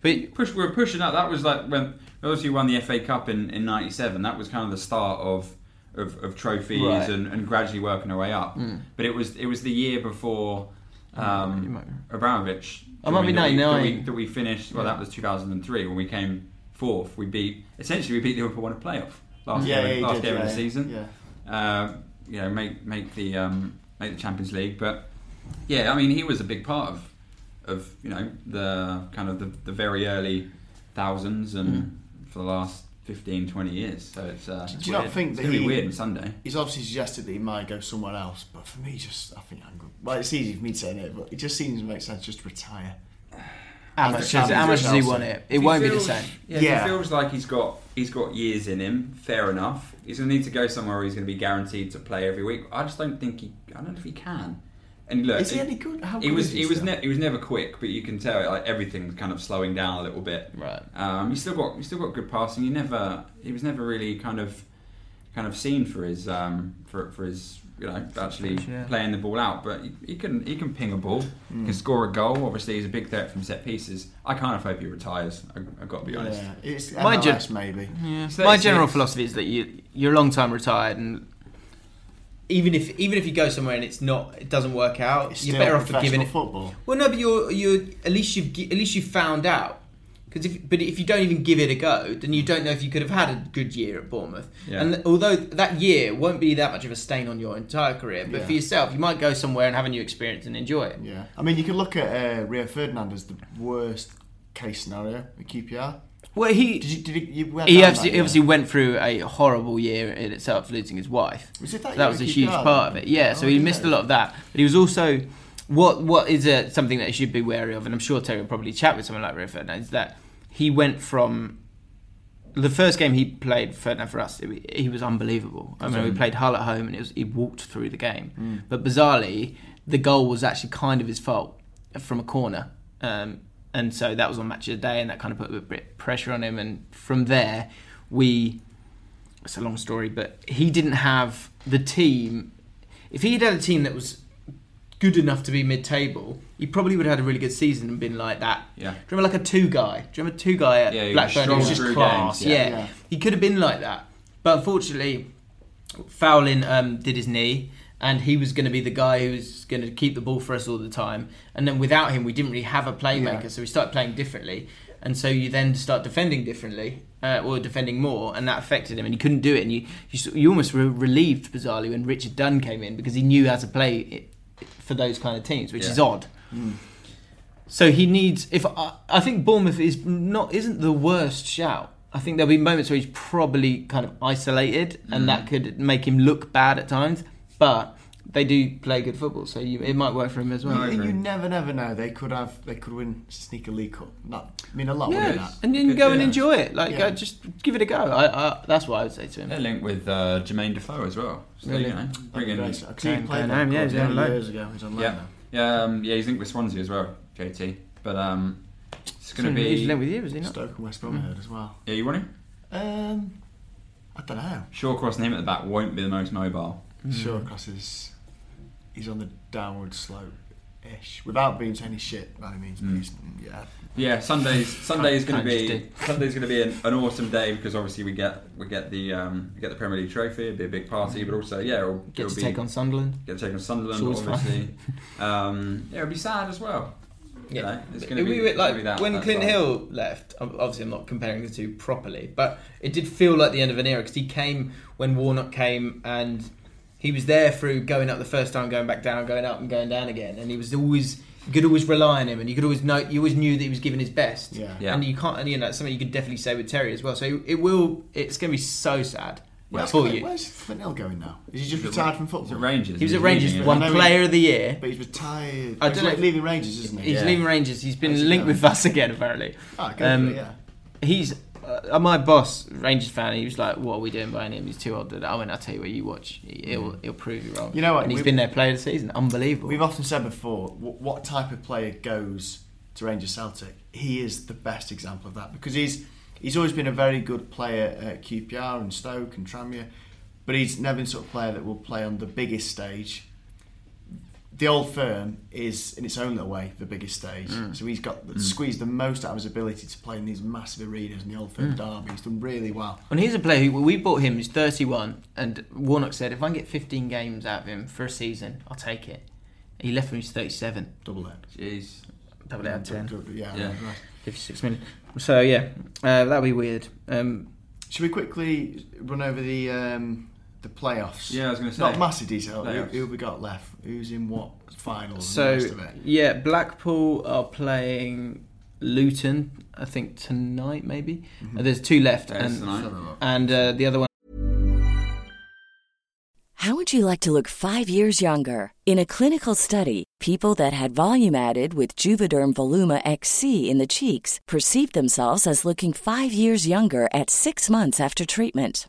but
Push, we were pushing that. That was like when obviously won the FA Cup in in '97. That was kind of the start of of, of trophies
Right. Hmm.
and, and gradually working our way up. But it was it was the year before um,
you might be
Abramovich.
I might be
joined that we-
99.
That we, that we finished. Well, that was 2003 when we came fourth. We beat essentially we beat Liverpool in a playoff
Hmm.
last
Yeah, yeah,
game,
he
last
did,
game of
yeah,
the season.
yeah.
Uh, you know, make make the um, make the Champions League. But yeah, I mean, he was a big part of of you know the kind of the, the very early thousands and for the last 15, 20 years. So it's uh,
Mm. Do you not
weird.
think
it's
that
gonna be
he-
weird on Sunday?
He's obviously suggested that he might go somewhere else, but for me, just I think I'm good. Well, it's easy for me saying it, but it just seems to make sense just to retire.
How
As
much,
the
is, how
champion
much
for
does he
Chelsea.
want it? It
If he
won't
feels-
be the same.
Yeah, if
Yeah.
he feels like he's got he's got years in him. Fair enough. He's gonna need to go somewhere where he's gonna be guaranteed to play every week. I just don't think he. I don't know if he can. And look,
Is he
it-
any good? How
He
good
was.
is he
he was.
still?
Ne- he was never quick, but you can tell like everything's kind of slowing down a little bit.
Right.
Um, he still got. He still got good passing. He never. He was never really kind of, kind of seen for his um for for his you know actually
yeah.
playing the ball out. But he, he can he can ping a ball. He
Hmm.
can score a goal. Obviously, he's a big threat from set pieces. I kind of hope he retires. I, I've got to be honest.
Yeah, it's
My
MLS
gen-
maybe.
He's
My
36.
general philosophy is that you you're a long time retired, and even if even if you go somewhere and it's not it doesn't work out,
It's
you're
still
better off for
professional
giving it.
football.
Well, no, but you're you are at least you've gi- at least you found out. Because if, but if you don't even give it a go, then you don't know if you could have had a good year at Bournemouth.
Yeah.
And th- although that year won't be that much of a stain on your entire career, but
Yeah.
for yourself, you might go somewhere and have a new experience and enjoy it.
Yeah, I mean, you can look at uh, Rio Ferdinand as the worst case scenario at QPR.
Well, he
Did you? Did you, you went
he
down
obviously,
that year?
obviously went through a horrible year in itself, losing his wife.
Was it that
that
year
was a
with
huge
QPR?
part of it. Yeah, so
Oh,
he
okay.
missed a lot of that, but he was also what what is a, something that he should be wary of, and I'm sure Terry will probably chat with someone like Rio Ferdinand. Is that he went from the first game he played Ferdinand for us, it, he was unbelievable. I
Mm.
mean, we played Hull at home, and it was he walked through the game. But bizarrely, the goal was actually kind of his fault from a corner, um, and so that was on match of the day, and that kind of put a bit of pressure on him. And from there, we it's a long story, but he didn't have the team. If he'd had a team that was good enough to be mid-table, he probably would have had a really good season and been like that.
Yeah.
Do you remember like a two guy? Do you remember two guy at
Yeah, he was
Blackburn? He was
strong
just
through
class.
games,
Yeah.
yeah. Yeah.
he could have been like that, but unfortunately, Fowlin um, did his knee, and he was going to be the guy who was going to keep the ball for us all the time. And then without him, we didn't really have a playmaker,
Yeah.
so we started playing differently. And so you then start defending differently, uh, or defending more, and that affected him, and he couldn't do it. And you you, s- you almost were relieved, bizarrely, when Richard Dunn came in because he knew how to play it for those kind of teams, which
Yeah.
is odd. So he needs. If I, I think Bournemouth is not isn't the worst shout. I think there'll be moments where he's probably kind of isolated, and
Mm.
that could make him look bad at times. But they do play good football, so you, it might work for him as well.
And you never, never know. They could have. They could win sneaker league cup. That I mean a lot. wouldn't
Yeah,
that?
and then
Good,
go and
yeah.
enjoy it. Like,
Yeah.
uh, just give it a go. I, I, that's what I would say to him.
They're linked with uh, Jermaine Defoe as well. So
Really?
you know, bring in-
Great. I see he
Playing
played that
home, yeah,
club
he's on loan.
years ago. He's on loan
Yeah,
now.
yeah, um, yeah. He's linked with Swansea as well, JT. But um, it's going to
He was linked
be.
with you, was he not?
Stoke and West Brom I
Mm.
heard as well.
Yeah, you want him?
Um, I don't know.
Shawcross and him at the back won't be the most mobile.
Mm.
Shawcross is he's on the downward slope ish without being any shit by any means.
Mm.
but he's- Yeah,
Yeah, Sunday's Sunday is going to
can't just
be Sunday's going to be an, an awesome day because obviously we get we get the um, we get the Premier League trophy, it'll be a big party, but also yeah, it'll,
Get
it'll
to
be
take on Sunderland.
get to take on Sunderland
It's always fun.
obviously. um, yeah, it'll be sad as well. You know, it's going
It-
to be,
we were-
it's gonna
like
be that,
when
that
Clint
vibe.
Hill left. ob- Obviously, I'm not comparing the two properly, but it did feel like the end of an era because he came when Warnock came, and he was there through going up the first time, going back down, going up and going down again, and he was always you could always rely on him, and you could always know you always knew that he was giving his best.
Yeah.
Yeah.
and you can't, and you know, that's something you could definitely say with Terry as well. So it, it will, it's going to be so sad
Where's,
for
Clint-
you.
where's Clint Hill going now? Is he just retired from football?
He's at Rangers.
He was at
He's
Rangers
leaving,
one
isn't
I know he-
player of the year.
But he's retired.
I don't
he's
know-
like leaving Rangers, isn't he?
He's
yeah.
leaving Rangers. He's been
How's he
linked
going?
with us again, apparently.
Ah, go
Um,
for it, yeah.
he's uh, my boss, Rangers fan. He was like, "What are we doing buying him? He's too old." I went, "I'll tell you what. You watch. He'll he'll prove you wrong."
You know what,
And he's
we've-
been their player of the season. Unbelievable.
We've often said before, what, what type of player goes to Rangers Celtic? He is the best example of that because he's he's always been a very good player at QPR and Stoke and Tranmere, but he's never been the sort of player that will play on the biggest stage. The old firm is, in its own little way, the biggest stage.
Mm.
So he's got squeezed the most out of his ability to play in these massive arenas and the old
Mm.
firm derby. He's done really well.
and here's a player who we bought him. He's 31, and Warnock said, "If I can get 15 games out of him for a season, I'll take it." He left when he was 37.
Double that.
he? Jeez.
Double out of 10,
Yeah.
Yeah.
right.
56 million. So yeah, uh, that'd be weird. Um,
Should we quickly run over the um, the playoffs?
Yeah, I was gonna say.
not massive detail. Who,
Playoffs.
who have we got left? Who's in what finals?
so
and the rest of it?
yeah, Blackpool are playing Luton. I think tonight maybe.
Mm-hmm.
Uh, there's two left,
There's
and
tonight.
and uh, the other one
How would you like to look five years younger? In a clinical study, people that had volume added with Juvederm Voluma XC in the cheeks perceived themselves as looking five years younger at six months after treatment.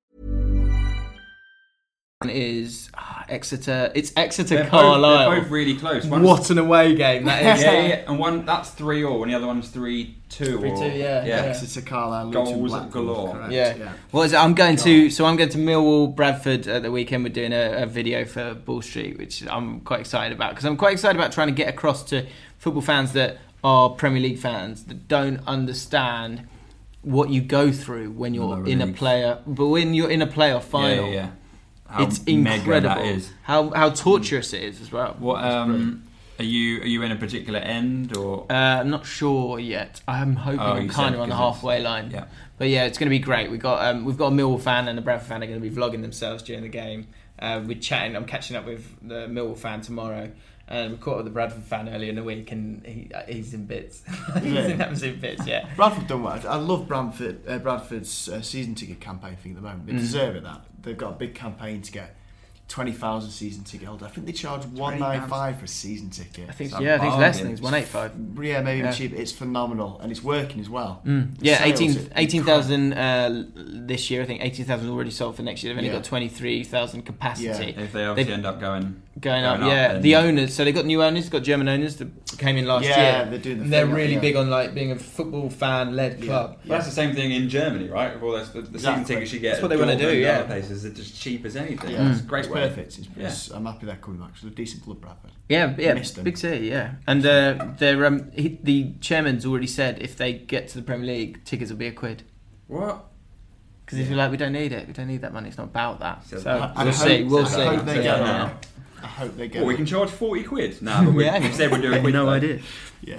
is ah, Exeter. It's Exeter
They're both,
Carlisle.
they're both really close. One's-
what an away game that is!
Yeah, yeah, yeah. And one that's three all, and the other one's three two.
Three,
or,
two, yeah, yeah.
Exeter, Carlisle, Luton,
Goals
Blackpool,
galore.
correct,
Yeah. What is it? I'm going to so I'm going to Millwall, Bradford at the weekend. We're doing a, a video for Ball Street, which I'm quite excited about because I'm quite excited about trying to get across to football fans that are Premier League fans that don't understand what you go through when you're
Lower
in a
leagues.
player, but when you're in a playoff
Yeah,
final,
yeah, yeah. How
it's
mega
incredible
That is.
how how torturous it is as well.
What um, are you? Are you in a particular end or?
Uh, I'm not sure yet. I'm hoping
Oh,
I'm
you
kind
said
of on the
because
halfway line.
yeah.
But yeah, it's going to be great. We've got um, we've got a Millwall fan and a Bradford fan are going to be vlogging themselves during the game. Uh, we're chatting. I'm catching up with the Millwall fan tomorrow. And we caught up with the Bradford fan earlier in the week, and he, uh, he's in bits. he's
Yeah.
in absolute bits. Yeah.
Bradford done well. I love Bradford,
Mm.
uh, Bradford's uh, season ticket campaign thing at the moment. They deserve it. That they've got a big campaign to get twenty thousand season ticket holder. I think they charge one nine five for a season ticket.
I think- yeah, I think it's less than it's
€185. Yeah, maybe
Yeah.
cheap. It's phenomenal and it's working as well.
Mm.
The
Yeah,
sales
18
are
18,000 uh, this year. I think 18,000 is already sold for next year. They've only
Yeah.
got 23,000 capacity.
Yeah. If they obviously end up going-
going, up,
going up,
yeah.
then-
The owners, so they've got new owners, got German owners that came in last year.
And they're really big on like being a football fan led club.
But That's the same thing in Germany, right? With all those, the, the season
Exactly.
tickets you get.
That's what they wanna
at
do,
Dortmund and
yeah. Mm.
Other places, they're just cheap as anything.
Yeah,
Mm.
It's a great
it's
way.
perfect. It's,
Yeah.
it's- I'm happy they're coming back. 'cause It's a decent club, Bradford.
Yeah, yeah,
Missed them.
big city, yeah. And uh, they're, um, he, the chairman's already said if they get to the Premier League, tickets will be a quid.
What?
Because if you're like, we don't need it, we don't need that money. It's not about that. So,
I- I
we'll
hope-
see. We'll
I
see.
hope they
So,
get
yeah.
on. I hope they get.
Well, we
on.
can charge 40 quid. No, but we,
Yeah.
we said we're doing a quid.
No
though.
idea.
Yeah.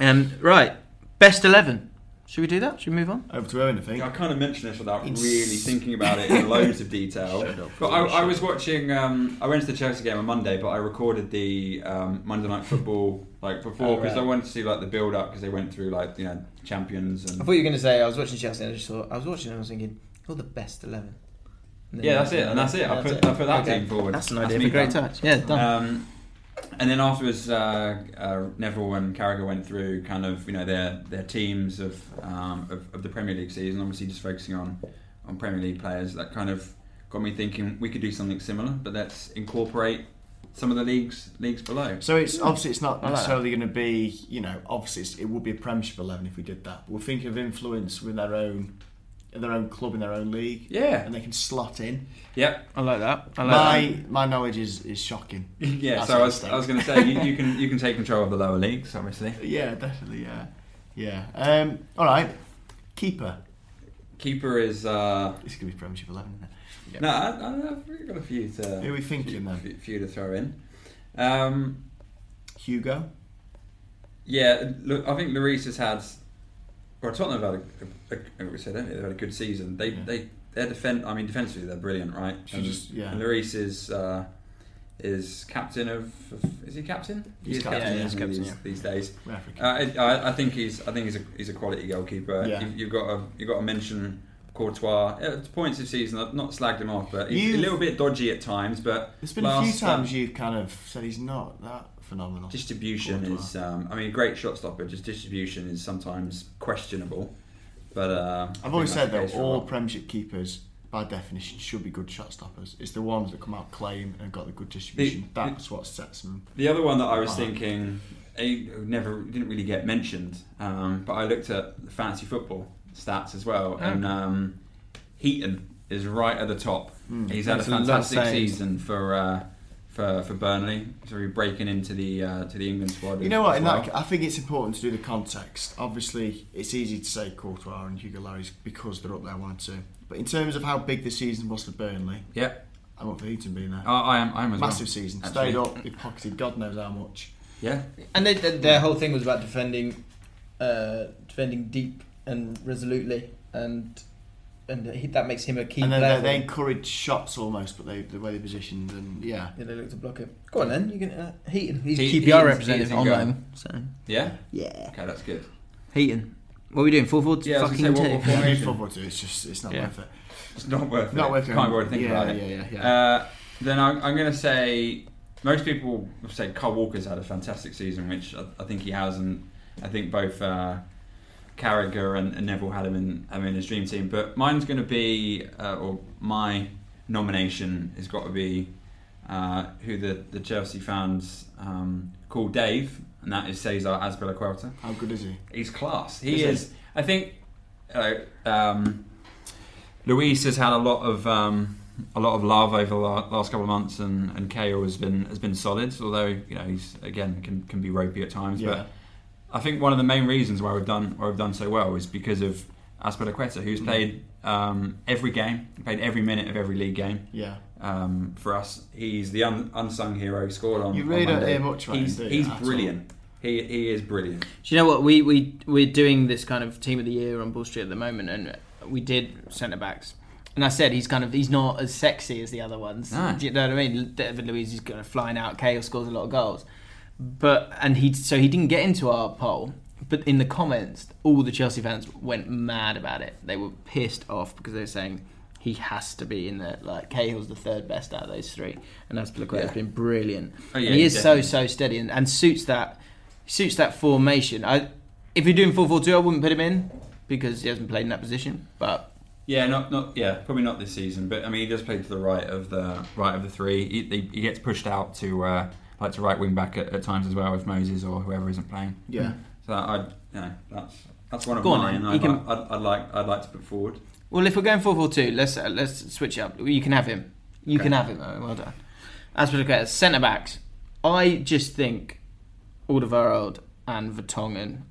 Um, right, best eleven. Should we do that? Should we move on?
Over to Owen, I think.
I kind of mentioned this without really thinking about it in loads of detail. But I, I was watching. Um, I went to the Chelsea game on Monday, but I recorded the um, Monday Night Football like before
Oh,
because
right.
I wanted to see like the build up because they went through like you know champions and.
I thought you were going to say I was watching Chelsea and I just thought I was watching and I was thinking you're the best eleven. And then
Yeah,
you
that's
said
it, and that's it. I put, I put that
Okay.
team forward.
That's an idea for
me
great
done.
touch. Yeah, done.
Um, and then afterwards, uh, uh, Neville and Carragher went through kind of you know their their teams of, um, of of the Premier League season. Obviously, just focusing on on Premier League players. That kind of got me thinking we could do something similar, but let's incorporate some of the leagues leagues below.
So it's
Yeah.
obviously it's not
Hmm. I like
necessarily going to be you know obviously it's, it would be a Premiership eleven if we did that. But we're thinking of influence with their own, in their own club in their own league.
Yeah.
and they can slot in.
that. Yep.
um,
I like that. I
my
like
my knowledge is, is shocking.
Yeah.
That's
so
a
I was,
mistake.
I was going to say you, you can you can take control of the lower leagues, obviously.
yeah, definitely. Yeah, yeah. Um, all right, keeper.
Keeper is. Uh,
This could be Premiership eleven. Isn't it?
No, I, I've really got a few to.
Who are we thinking,
few,
then?
few, few to throw in. Um,
Hugo.
yeah, look, I think Lloris has had. Well, Tottenham have had a, a, a, we said earlier, they've had a good season. They they their defend. I mean, defensively they're brilliant, right?
Should just- yeah.
and Lloris is uh, is captain of, of- Is he captain?
He's
He is
captain, yeah, he's
isn't he,
captain,
these,
yeah.
these days.
We're African.
Uh, I, I- I think he's. I think he's a he's a quality goalkeeper.
Yeah.
You've, you've got to you've got to mention Courtois. At points of season, I've not slagged him off, but he's
You've-
a little bit dodgy at times. But
There's been a few
last- um,
times you've kind of said he's not that phenomenal.
distribution
Courtois.
is um, I mean a great shot stopper just distribution is sometimes questionable but uh, I
I've always
think
said
that's the
though,
case for a
all
lot.
Premiership keepers, by definition, should be good shot stoppers. It's the ones that come out claim and have got the good distribution. That's what sets them.
the other one that I was
apart.
thinking it never didn't really get mentioned um, but I looked at the fancy football stats as well
Ah.
and um, Heaton is right at the top
Hmm.
he's had a
That's a lot
fantastic
saved.
season for uh, for, for Burnley so we're breaking into the uh, to the England squad
You
as-
know what?
as
In
well.
that, I think it's important to do the context. Obviously, it's easy to say Courtois and Hugo Lloris because they're up there one and two. But in terms of how big the season was for Burnley,
yep
I'm up for Heaton being there.
I, I am I am Oh, as well.
Massive season.
Absolutely.
Stayed up. They pocketed God knows how much.
yeah
And they, they- their whole thing was about defending, uh, defending deep and resolutely, and and he, that makes him a key
and then
player.
they,
for
they
them.
encouraged shots almost, but they, the way they positioned and yeah.
Yeah, they look to block him. Go on then, you can uh, Heaton. He's
He-
QPR
Heaton's-
representative
Heaton's
on
in goal.
loan. So
yeah
yeah.
okay that's good
Heaton. What are we doing? Four four
Yeah, I was
fucking
gonna
two.
say, what- what-
Yeah, football too. It's just it's not
Yeah.
worth it.
It's not worth
Not
it.
worth it.
Can't really think
Yeah,
about it.
yeah, yeah, yeah.
Uh, then I'm, I'm going to say most people would say Carl Walker's had a fantastic season, which I, I think he has, and I think both uh, Carragher and, and Neville had him in, had him in his dream team. But mine's going to be, uh, or my nomination has got to be uh, who the, the Chelsea fans um, call Dave, and that is Cesar Azpilicueta.
How good is he?
He's class. He
Is
is. I think uh, um, Luis has had a lot of um, a lot of love over the la- last couple of months, and and Ko has been has been solid. Although you know he's again can can be ropey at times,
Yeah.
but. I think one of the main reasons why we've done why we've done so well is because of Aspilicueta,
Mm.
who's played um, every game, played every minute of every league game.
Yeah.
Um, for us, he's the un- unsung hero. He scored on.
You really
on
don't
Monday.
hear much about
He's,
him, do you,
he's
at all?
brilliant. He he is brilliant.
Do you know what we we we're doing this kind of team of the year on Bull Street at the moment, and we did centre backs. And I said he's kind of he's not as sexy as the other ones.
No.
Do you know what I mean? David Luiz is kind of flying out. Kale scores a lot of goals, but and he so he didn't get into our poll. But in the comments, all the Chelsea fans went mad about it. They were pissed off because they were saying he has to be in there. Like Cahill's the third best out of those three, and Aspilicueta has
Yeah.
been brilliant.
Oh, yeah,
and he is
definitely.
so so steady and, and suits that suits that formation. I if you're doing four four two, I wouldn't put him in because he hasn't played in that position. But
Yeah, not not yeah, probably not this season. But I mean, he does play to the right of the right of the three. He, he, he gets pushed out to uh, like to right wing back at, at times as well if Moses or whoever isn't playing.
Yeah.
So I you know, that's that's one of
Go on,
mine.
then.
I'd,
You can-
like, I'd, I'd like I'd like to put forward.
well, if we're going four four two, let's uh, let's switch it up. You can have him. You
Okay.
can have him. Owen. Well done. Aspilicueta centre backs. I just think Alderweireld and Vertonghen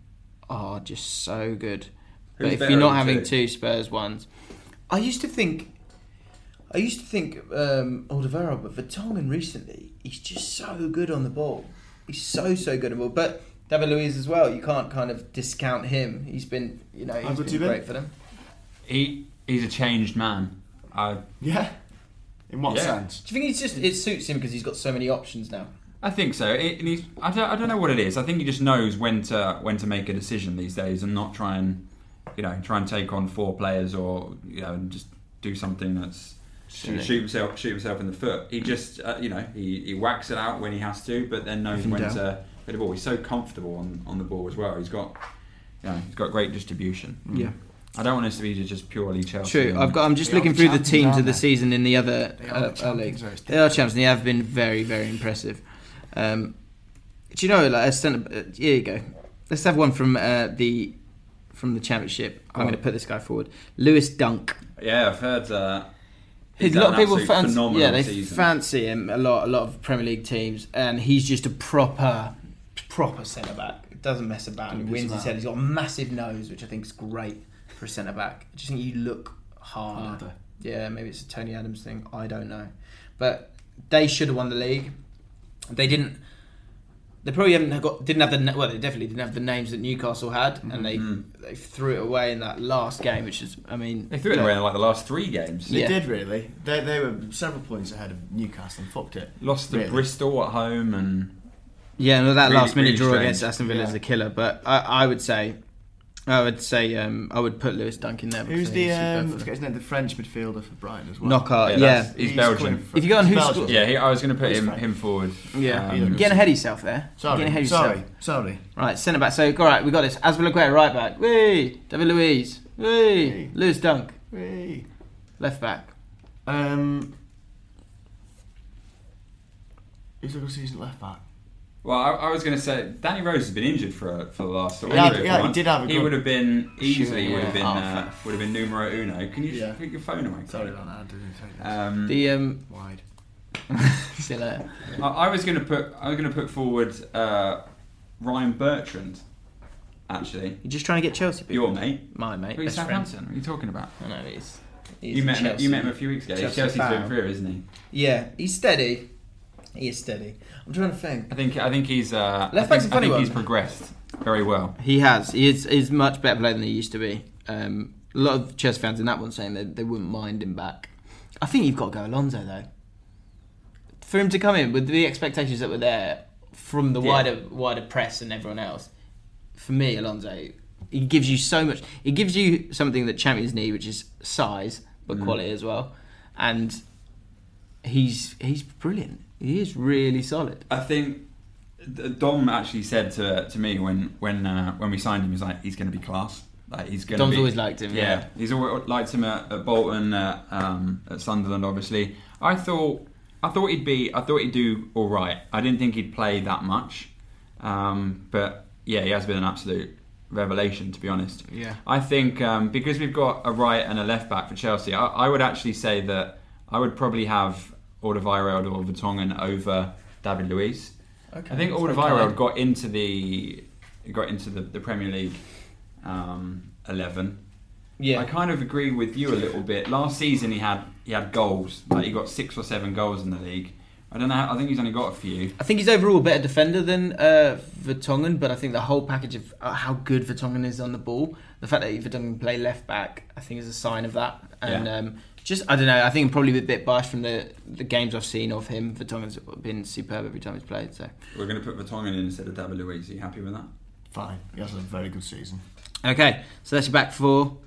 are just so good.
Who's
But if
better
you're
of
not
the
having
two?
two Spurs ones,
I used to think, I used to think um, Alderweireld, but Vertonghen recently, he's just so good on the ball. He's so so good on the ball. But David Luiz as well. You can't kind of discount him. He's been, you know,
I've
he's
got
been
two men.
great for them.
He he's a changed man. I
yeah. In what sense?
Do you think he's just it suits him because he's got so many options now?
I think so. It, and he's, I, don't, I don't know what it is. I think he just knows when to when to make a decision these days and not try and you know try and take on four players or you know just do something that's
Silly.
shoot himself shoot himself in the foot. He just uh, you know he, he whacks it out when he has to, but then knows
Even
when
down.
to hit the ball. He's so comfortable on, on the ball as well. He's got you know he's got great distribution.
Yeah.
I don't want us to be just purely Chelsea.
True. I've got. I'm just looking through the teams of the season in the other
They are
uh,
the
uh,
champions,
leagues.
though, it's
They are champions. and They have been very, very impressive. Um, do you know? Like a centre. Uh, here you go. Let's have one from uh, the from the championship. I'm
Oh.
going to put this guy forward. Lewis Dunk.
Yeah, I've heard. Uh,
A
he's
lot of
had an
people
absolute
fancy.
phenomenal
Yeah, they
season.
fancy him a lot. A lot of Premier League teams, and he's just a proper.
Proper centre back. It doesn't mess about. He
Doesn't
wins
mess
his
about.
head. He's got a massive nose, which I think is great for a centre back. I just think you look harder.
Harder.
Yeah, maybe it's a Tony Adams thing. I don't know, but they should have won the league. They didn't. They probably haven't got didn't have the na- well. They definitely didn't have the names that Newcastle had, and they they threw it away in that last game, which is I mean
Mm-hmm. They threw it away in like the last three games.
They did really. They, they were several points ahead of Newcastle and fucked it.
Lost to
Really.
Bristol at home and
Yeah, no, that
Really-
last minute
really
draw
strange.
against Aston Villa is
Yeah.
a killer. But I, I would say, I would say, um, I would put Lewis Dunk in there. because
Who's
I
the
think he's
um, I
superb for
forget his name, the French midfielder for Brighton as well?
Knockout, Yeah, yeah. that's-
he's
coming
Belgian.
from-
on
he's
who
Belgian.
scored-
Yeah, he, I was going to put
He's
him,
French.
him forward.
them. yeah,
Um,
getting ahead of yourself there.
Sorry,
getting ahead of
sorry,
yourself.
sorry.
Right, centre back. So, all right, we got this. Azpilicueta, right back. Wee, David Luiz. Wee,
Wee.
Lewis Dunk.
Hey.
Left back.
Um, who's a good season left back?
Well, I, I was going to say Danny Rose has been injured for for the last. Sort of
Yeah,
three or
yeah,
four
he
months.
did have a
He
good-
would have been easily
Sure,
would have been
yeah. Oh,
uh, would have been numero uno. Can you just
Yeah.
put your phone away?
Sorry about that. I didn't take that.
Um,
The um,
Wide.
see you later.
I, I was going to put I was going to put forward uh, Ryan Bertrand. Actually,
You're just trying to get Chelsea. people.
your mate.
My mate.
Who is
Best friend.
Southampton? What are you talking about?
I know he's. he's
You met him,
Chelsea-
you met him a few weeks ago.
Chelsea
Chelsea's
fan.
doing through, isn't he?
Yeah, he's steady. He is steady. I'm trying to think.
I think I think he's uh,
Left
I think,
back's a
I
funny
think
one.
he's progressed very well.
He has. He is, he's much better player than he used to be. Um, a lot of Chelsea fans in that one saying they, they wouldn't mind him back. I think you've got to go Alonso though. For him to come in with the expectations that were there from the
Yeah.
wider wider press and everyone else, for me Alonso, he gives you so much. He gives you something that champions need, which is size
Mm.
but quality as well. And he's he's brilliant. He is really solid.
I think th- Dom actually said to to me when when uh, when we signed him, he's like he's going to be class. Like he's going.
Dom's
be,
always liked him, yeah.
he's always liked him at, at Bolton, at, um, at Sunderland, obviously. I thought I thought he'd be I thought he'd do all right. I didn't think he'd play that much, um, but yeah, he has been an absolute revelation to be honest.
Yeah.
I think um, because we've got a right and a left back for Chelsea, I, I would actually say that I would probably have Alderweireld or Vertonghen over David Luiz.
Okay,
I think
that's
Alderweireld
okay.
got into the got into the, the Premier League um, eleven.
Yeah.
I kind of agree with you a little bit. Last season he had he had goals, like he got six or seven goals in the league. I don't know. How, I think he's only got a few.
I think he's overall a better defender than uh, Vertonghen, but I think the whole package of uh, how good Vertonghen is on the ball, the fact that Vertonghen can play left back, I think is a sign of that. And
Yeah.
um, just, I don't know, I think I'm probably a bit biased from the, the games I've seen of him. Vertonghen's been superb every time he's played. So
We're going to put Vertonghen in instead of David Luiz. Are you happy with that?
Fine. He has a very good season.
Okay, so that's your back four.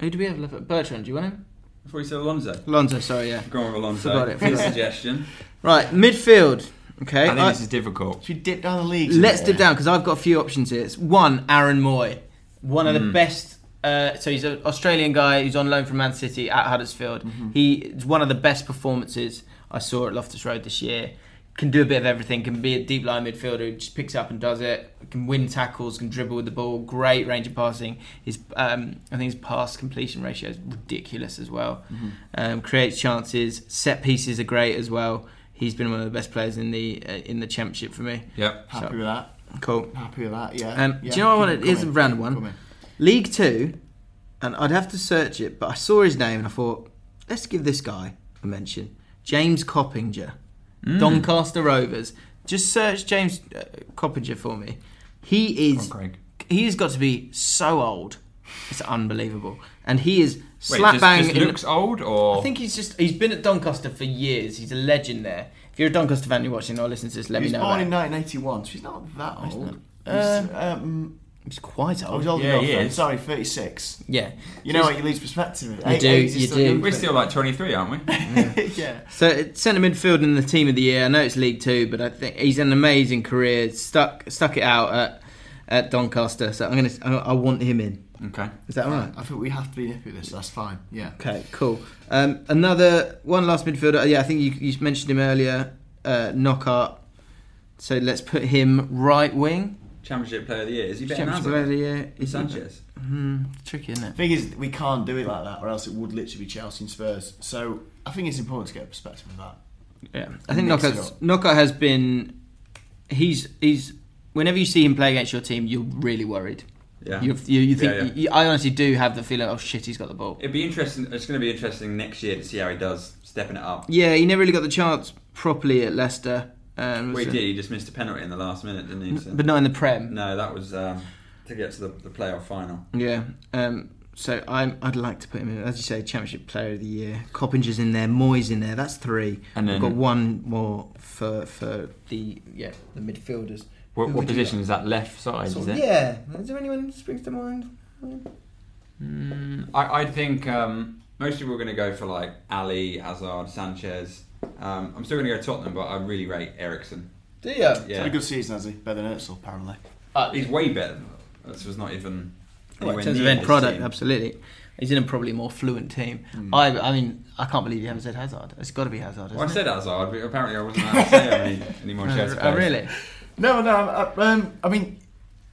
Who do we have left? Bertrand, do you want him?
Before you said Alonso.
Lonzo, sorry, yeah.
Go on with Alonso.
Forgot it,
Good
forgot it.
suggestion.
Right, midfield. Okay.
I think this is difficult.
Should we dip down the leagues?
Let's
Yeah.
dip down because I've got a few options here. It's one, Aaron Moy, one of the
Mm.
best. Uh, so he's an Australian guy who's on loan from Man City at Huddersfield. He's one of the best performances I saw at Loftus Road this year. Can do a bit of everything. Can be a deep line midfielder who just picks up and does it. Can win tackles. Can dribble with the ball. Great range of passing. His um, I think his pass completion ratio is ridiculous as well.
Mhm.
Um, creates chances. Set pieces are great as well. He's been one of the best players in the uh, in the championship for me.
Yep.
Happy with that.
Cool.
Happy with that. Yeah.
Um,
yeah.
Do you know what?
Keep
It is a
coming,
random
keep
one.
coming.
League Two, and I'd have to search it, but I saw his name and I thought, let's give this guy a mention. James Coppinger,
Mm.
Doncaster Rovers. Just search James uh, Coppinger for me. He is. He's got to be so old. It's unbelievable, and he is
Wait,
slap
just-
bang.
just
in-
looks old, or
I think he's just he's been at Doncaster for years. He's a legend there. If you're a Doncaster fan, you're watching or listening to this, let
he
me
was
know.
born
about
in
it.
1981, so he's not that old.
not. Uh,
He's, um,
he's quite
I was
old.
old
Yeah,
enough.
he
then.
is.
Sorry, 36.
Yeah.
You know
He's-
what? You lose perspective.
You do,
Eight- eight is
you
still
do.
young
We're
for-
still like 23, aren't we?
yeah.
So it's centre midfield and the team of the year. I know it's League Two, but I think he's an amazing career. Stuck stuck it out at, at Doncaster. So I'm gonna I I want him in.
Okay.
Is that all right?
I think we have to be nippy at this. That's fine. Yeah.
Okay, cool. Um, another one last midfielder. Yeah, I think you, you mentioned him earlier. Uh, Knockart. So let's put him right wing.
Championship Player of the Year. Is he better than
Championship
Hazard?
Player of the Year.
And Sanchez.
Hmm, tricky, isn't it?
thing is, we can't do it like that, or else it would literally be Chelsea and Spurs. So I think it's important to get a perspective of that.
Yeah, I think
Mix it
Knockout's,
up.
Knockout has been. He's he's. Whenever you see him play against your team, you're really worried.
Yeah.
you you, you think
Yeah, yeah.
You, I honestly do have the feeling. Oh shit, he's got the ball.
It'd be interesting. It's going to be interesting next year to see how he does stepping it up.
Yeah, he never really got the chance properly at Leicester. Um,
Well, he
so-
did. He just missed a penalty in the last minute, didn't he? So-
But not in the Prem.
No, that was um, to get to the, the playoff final.
Yeah. Um, so I'm, I'd like to put him in, as you say, Championship Player of the Year. Coppinger's in there, Moyes in there. That's three.
And
We've
then-
got one more for for the yeah the midfielders.
What,
Who
what
would you
position
like?
is that? Left side,
Sort
is
of-
it?
Yeah. Is there anyone who springs to mind?
Mm, I, I think um, most people are going to go for like Ali, Hazard, Sanchez. Um, I'm still going to go Tottenham, but I really rate Ericsson.
Do you?
He's
Yeah.
had a good season, has he? Better than Ertzel, apparently.
He's way better. than This was not even.
Well,
anywhere
in terms of
near
end
this
product,
team.
absolutely. He's in a probably more fluent team.
Mm.
I, I mean, I can't believe you haven't said Hazard. It's got to be Hazard.
Well, I
isn't
said
it?
Hazard, but apparently I wasn't allowed to say any, any more
Oh,
Chelsea
oh,
players.
really?
No, no. I, um, I mean,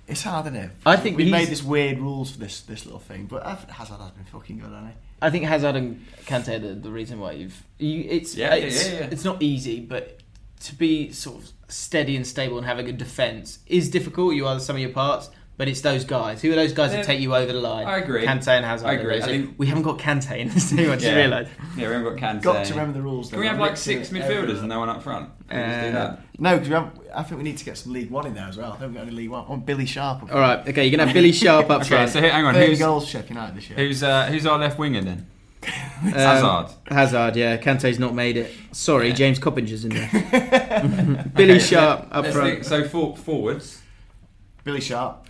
it's hard, isn't it?
I think
we
he's-
made this weird rules for this this little thing, but I've- Hazard has been fucking good, hasn't he?
I think Hazard and Kante are the, the reason why you've. You, it's,
Yeah, yeah,
it's,
yeah, yeah.
it's not easy, but to be sort of steady and stable and have a good defence is difficult. You are the sum of your parts, but it's those guys. Who are those guys
Yeah.
that take you over the line?
I agree.
Kante and Hazard.
I
are
agree.
those.
I think-
we haven't got Kante in this team, I just
Yeah.
realised.
Yeah, we haven't got Kante.
Got to remember the rules,
Can
though.
we have like
Mix
six
it,
midfielders
everyone.
and no one up front? Can we
Uh,
just do that?
No, because I think we need to get some League One in there as well. I haven't got any League One. I want Billy Sharp. Up
All right, okay, you're going to have Billy Sharp up
Okay,
front.
so here- hang on,
Thirty
who's-
goals, Sheffield United this year.
Who's uh, who's our left winger then?
Um,
Hazard.
Hazard, yeah. Kante's not made it. Sorry, James Coppinger's in there. Billy
Okay,
Sharp
let-
up
let's
front.
think- so for, forwards.
Billy Sharp.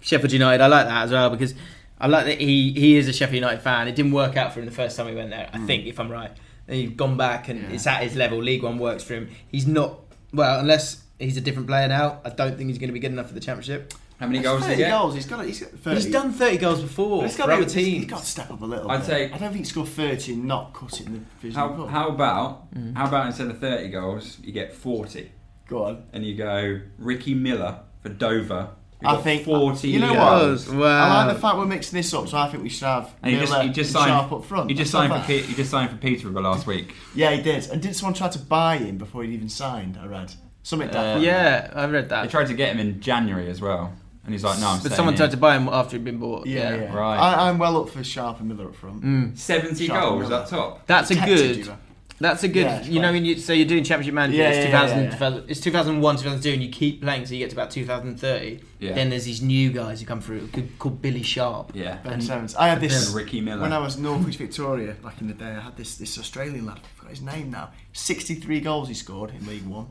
Sheffield United. I like that as well because I like that he, he is a Sheffield United fan. It didn't work out for him the first time he went there. I think, if I'm right, then he's gone back and it's at his level. League One works for him. He's not well unless he's a different player now. I don't think he's going to be good enough for the championship.
How many
That's
goals did he
30
get?
goals. He's got. He's got 30.
He's done 30 goals before
But it's
for
gotta be-
other
it's- he's
teams.
got to step up a little.
I'd
bit.
say-
I don't think score thirty and not cut it in the division.
How,
Cup.
how about
Mm-hmm.
how about instead of thirty goals, you get forty?
Go on.
And you go Ricky Miller for Dover. who
I
got
think uh,
forty.
You know
goals.
what? I like the fact we're mixing this up, so I think we should have
And he
Miller
just, he just
and
signed.
Sharp up front.
He just
That's
signed
not
for
bad.
Pe- he just signed for Peterborough last week.
Yeah, he did. And did someone try to buy him before he'd even signed? I read something.
Uh,
Uh,
yeah, I read that.
They tried to get him in January as well, and he's like, "No, I'm."
but
staying
someone
here.
tried to buy him after he'd been bought.
Yeah, yeah.
Right.
I, I'm well up for Sharp and Miller up front.
Mm.
70
Sharp and
goals
Miller.
up top.
That's a
Protected
good.
you, man.
That's a good.
Yeah, it's
you know, when you so you're doing Championship Manager.
Yeah,
it's,
yeah,
2000,
yeah, yeah.
it's 2001, 2002, and you keep playing, so you get to about 2030.
Yeah.
Then there's these new guys who come through called, called Billy Sharp.
Yeah.
Ben Simmons. I had this
And Ricky Miller.
when I was Northwich Victoria back in the day. I had this this Australian lad. I forgot his name now. Sixty three goals he scored in League One.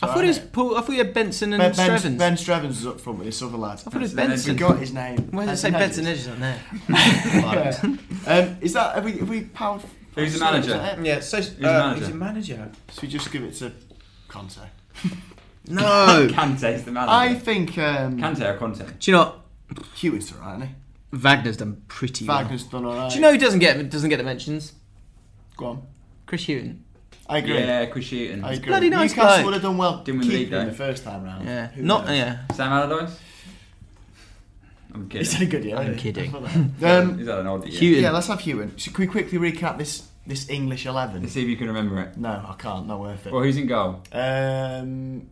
I thought it was Paul. I thought you had Benson and
Ben, ben,
Strevens.
ben Strevens was up front with this other lad.
I thought it was Benson.
We got his name.
Why does it say Benson Edges on there?
Yeah. um, is that have we have we pound?
Who's the
pound-
manager?
is that it?
Yeah, so uh,
a manager?
he's a manager.
So we just give it to Conte.
No.
Kante's the manager.
I think um,
Kante or Conte?
Do you know what?
Hewitt's all right, isn't he?
Wagner's done pretty
Wagner's done all right.
well. Do you know who doesn't get doesn't get the mentions?
Go on.
Chris Hewton.
I agree.
Yeah, Chris Hughton.
I agree.
bloody nice
Newcastle
bloke.
would have done well
Didn't win the
keeping
league,
him
though.
the first time round.
Yeah.
Who
Uh, Not
knows?
yeah.
Sam Allardyce? I'm
He's
kidding.
had a good year.
I'm
hasn't he?
kidding.
um,
He's had an odd year.
Hewitt.
yeah, let's have Hewitt. So can we quickly recap this this English eleven?
Let's see if you can remember it.
No, I can't. Not worth it.
Well, who's in goal?
Um,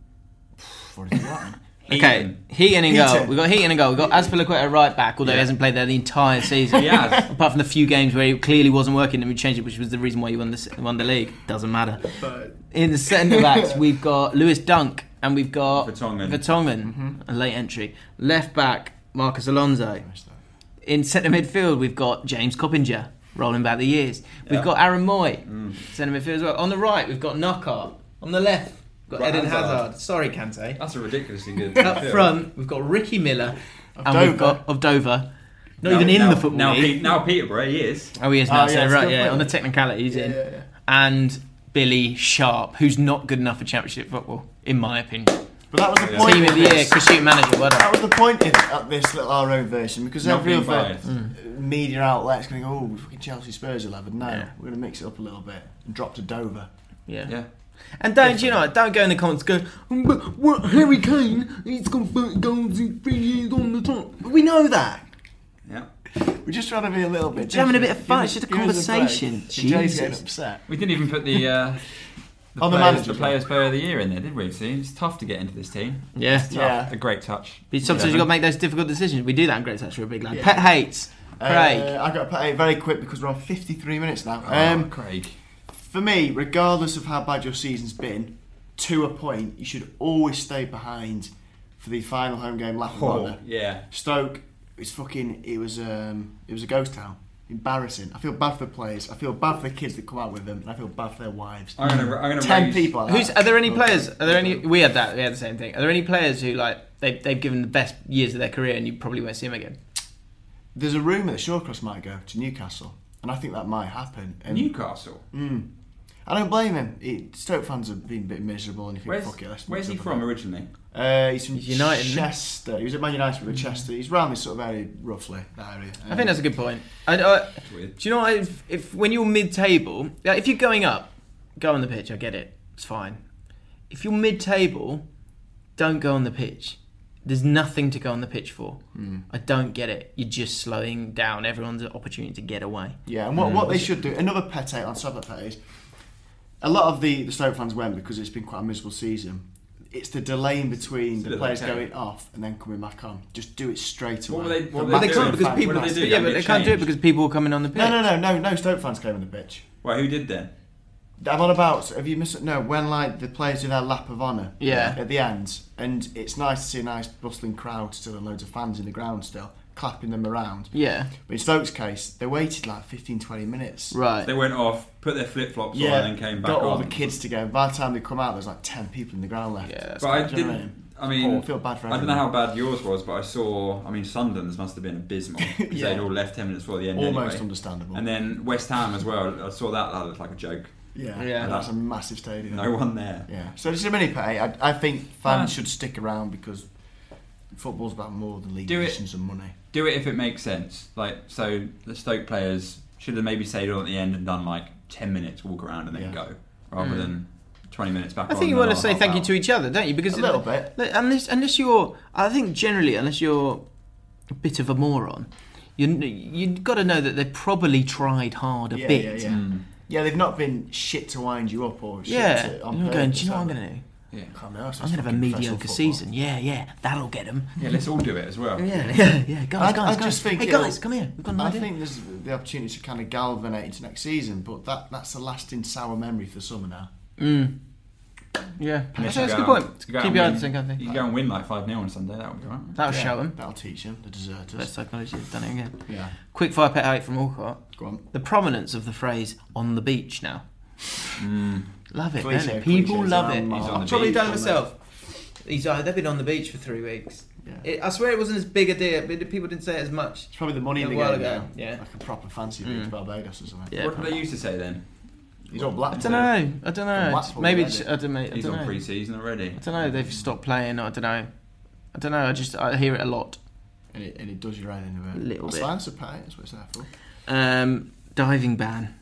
what is that?
Okay, Heaton in goal.
Heaton.
We've got Heaton in goal. We've got Azpilicueta right back, although he hasn't played there the entire season.
He has.
Apart from the few games where he clearly wasn't working and we changed it, which was the reason why he won, this, won the league. Doesn't matter. in the centre backs, we've got Lewis Dunk and we've got
Vertonghen.
Vertonghen, a late entry. Left back, Marcus Alonso. In centre midfield, we've got James Coppinger, rolling back the years. We've got Aaron Moy, centre midfield as well. On the right, we've got Knockart. On the left,
Got Eden
Hazard.
Hazard. Sorry, Kante.
That's a ridiculously good.
Up front, we've got Ricky Miller.
and we've
Dover.
got of Dover. Not
Now-
even in
now-
the football
Now,
league.
Pe- now Peterborough, he is.
Oh, he is now.
Oh, yeah,
so
he's
right,
still
yeah,
playing.
on the technicality, he's in.
yeah, yeah.
And Billy Sharp, who's not good enough for Championship football, in my opinion.
But that was the point.
Team of
of
the
this.
year, Christian manager. Well
That
done.
was the point in at this little our own version because
Not
every
being
other
biased.
media outlet's going to go, oh, fucking Chelsea Spurs 11. No,
Yeah.
we're going to mix it up a little bit and drop to Dover.
Yeah.
Yeah.
And don't you know? what, Don't go in the comments. Go, "Mm, but what, Harry Kane? He's got thirty goals in three years on the top. We know that.
Yeah.
We're just trying to be a little bit.
Just having a bit of
different.
fun,
Give
it's
us-
just a
give us break.
conversation.
DJ's getting
Jesus.
upset.
We didn't even put the. Uh, the
On the
players,
manager's
the players' player of the year in there, did we? See, it's tough to get into this team.
Yeah.
Yeah.
A great touch.
But sometimes you've got to make those difficult decisions. We do that in Great Touch for a big lad. Pet hates. Craig.
Uh, I got to put eight very quick because we're on 53 minutes now.
Um,
Um,
Craig.
for me, regardless of how bad your season's been, to a point, you should always stay behind for the final home game lap of honour.
Yeah.
Stoke is fucking. It was um, it was a ghost town. Embarrassing. I feel bad for players. I feel bad for the kids that come out with them, and I feel bad for their wives.
I'm gonna. I'm gonna.
Ten
raise-
people. Like
Who's,
that.
are there any players? Are there any? We had that. We had the same thing. Are there any players who like they they've given the best years of their career and you probably won't see them again?
There's a rumour that Shawcross might go to Newcastle, and I think that might happen. And
Newcastle.
Mm. I don't blame him. He, Stoke fans have been a bit miserable, and you think,
Where's,
fuck it. Let's
where's
mix
he
up a
from
bit.
originally?
Uh, he's from
He's United, isn't he?
Chester. He was at Man United with Chester. He's round this sort of area, roughly that area. Um,
I think that's a good point. I, I, do you know what, if, if when you're mid-table, like, if you're going up, go on the pitch. I get it. It's fine. If you're mid-table, don't go on the pitch. There's nothing to go on the pitch for. I don't get it. You're just slowing down everyone's opportunity to get away.
Yeah,
Mm.
and what, what they should do, another pet hate on Sabbath pet is a lot of the, the Stoke fans went because it's been quite a miserable season. It's the delay in between the
little
players
okay.
going off and then coming back on. Just do it straight away.
What were they- what were
The
But they
do
maximum
can't
it.
because
fan-
people.
What do they do?
Yeah,
Don't
but they
get
can't do it
changed.
because people are coming on the pitch.
No, no, no, no, no. Stoke fans came on the pitch.
Well, who did then?
I'm on about. Have you missed? it? No, when like the players do their lap of honour.
Yeah.
At the end, and it's nice to see a nice bustling crowd still and loads of fans in the ground still clapping them around.
Yeah.
But in Stoke's case, they waited like 15, 20 minutes.
Right.
They went off, put their flip flops
Yeah.
on, and then came back
got all
on.
the kids together. By the time they come out, there's like ten people in the ground left.
Yeah, that's
But I
Do you know what I
didn't.
mean?
I mean,
Oh, I feel bad for
I don't know
everyone.
how bad yours was, but I saw. I mean, Sunderland's must have been abysmal because
Yeah.
they'd all left ten minutes before the end.
Almost
anyway.
understandable.
And then West Ham as well. I saw that. That looked like a joke.
Yeah,
Yeah.
that's a massive stadium.
No one there.
Yeah, so it's a mini pay. I, I think fans
Ah.
should stick around because football's about more than league
Do it.
positions and money.
Do it if it makes sense. Like so, the Stoke players should have maybe stayed on at the end and done like ten minutes walk around and then
Yeah.
go, rather than twenty minutes back.
Hmm. I think
Oh,
you want to say thank you to each other, don't you? Because
A little bit.
li- Unless, unless you're, I think generally, unless you're a bit of a moron, you you've got to know that they probably tried hard a
Yeah,
bit.
yeah, yeah.
Mm.
Yeah, they've not been shit to wind you up or shit
Yeah.
to,
You're
on
not going. Do you know what I'm
going
going to do?
to I'm going
I'm going to have a mediocre season. Yeah, yeah, that'll get them.
Yeah, let's all do it as well.
Yeah, yeah, yeah. Guys, guys,
I- I
guys.
just think
hey,
it'll-
guys, come here. We've got an
I
idea.
think there's the opportunity to kind of galvanate into next season, but that, that's a lasting sour memory for summer now.
yeah,
Unless
that's a
you
good
go out-
point.
you go out
Keep your
and win-
eyes on something.
You can go and win like 5 0 on Sunday, that would be alright.
That'll show them.
That'll teach them, the deserters.
Let's acknowledge you've done it again.
Yeah.
Quick fire pet hate from Alcott.
Go on.
The prominence of the phrase "on the beach" now.
Mm.
Love it,
Cliche,
don't it? People
cliches.
love it.
I'm-
He's on
I've
the
probably
beach,
done it
isn't he?
myself. He's, uh, they've been on the beach for three weeks. It, I swear it wasn't as big a deal, but people didn't say it as much. It's
probably the money
a
in the
while
game
ago.
now.
Yeah,
like a proper fancy beach, Barbados or something.
what did they used to say then?
He's on black.
I don't know. I don't
From
know.
Watford
Maybe
already.
it's, I don't know. I
He's
don't
on
know.
pre-season already.
I don't know. They've stopped playing. I don't know. I don't know. I just I hear it a lot.
And it, and it does you right in a bit.
Little
That's
bit.
why I'm surprised. That's what it's there for.
Um, diving ban.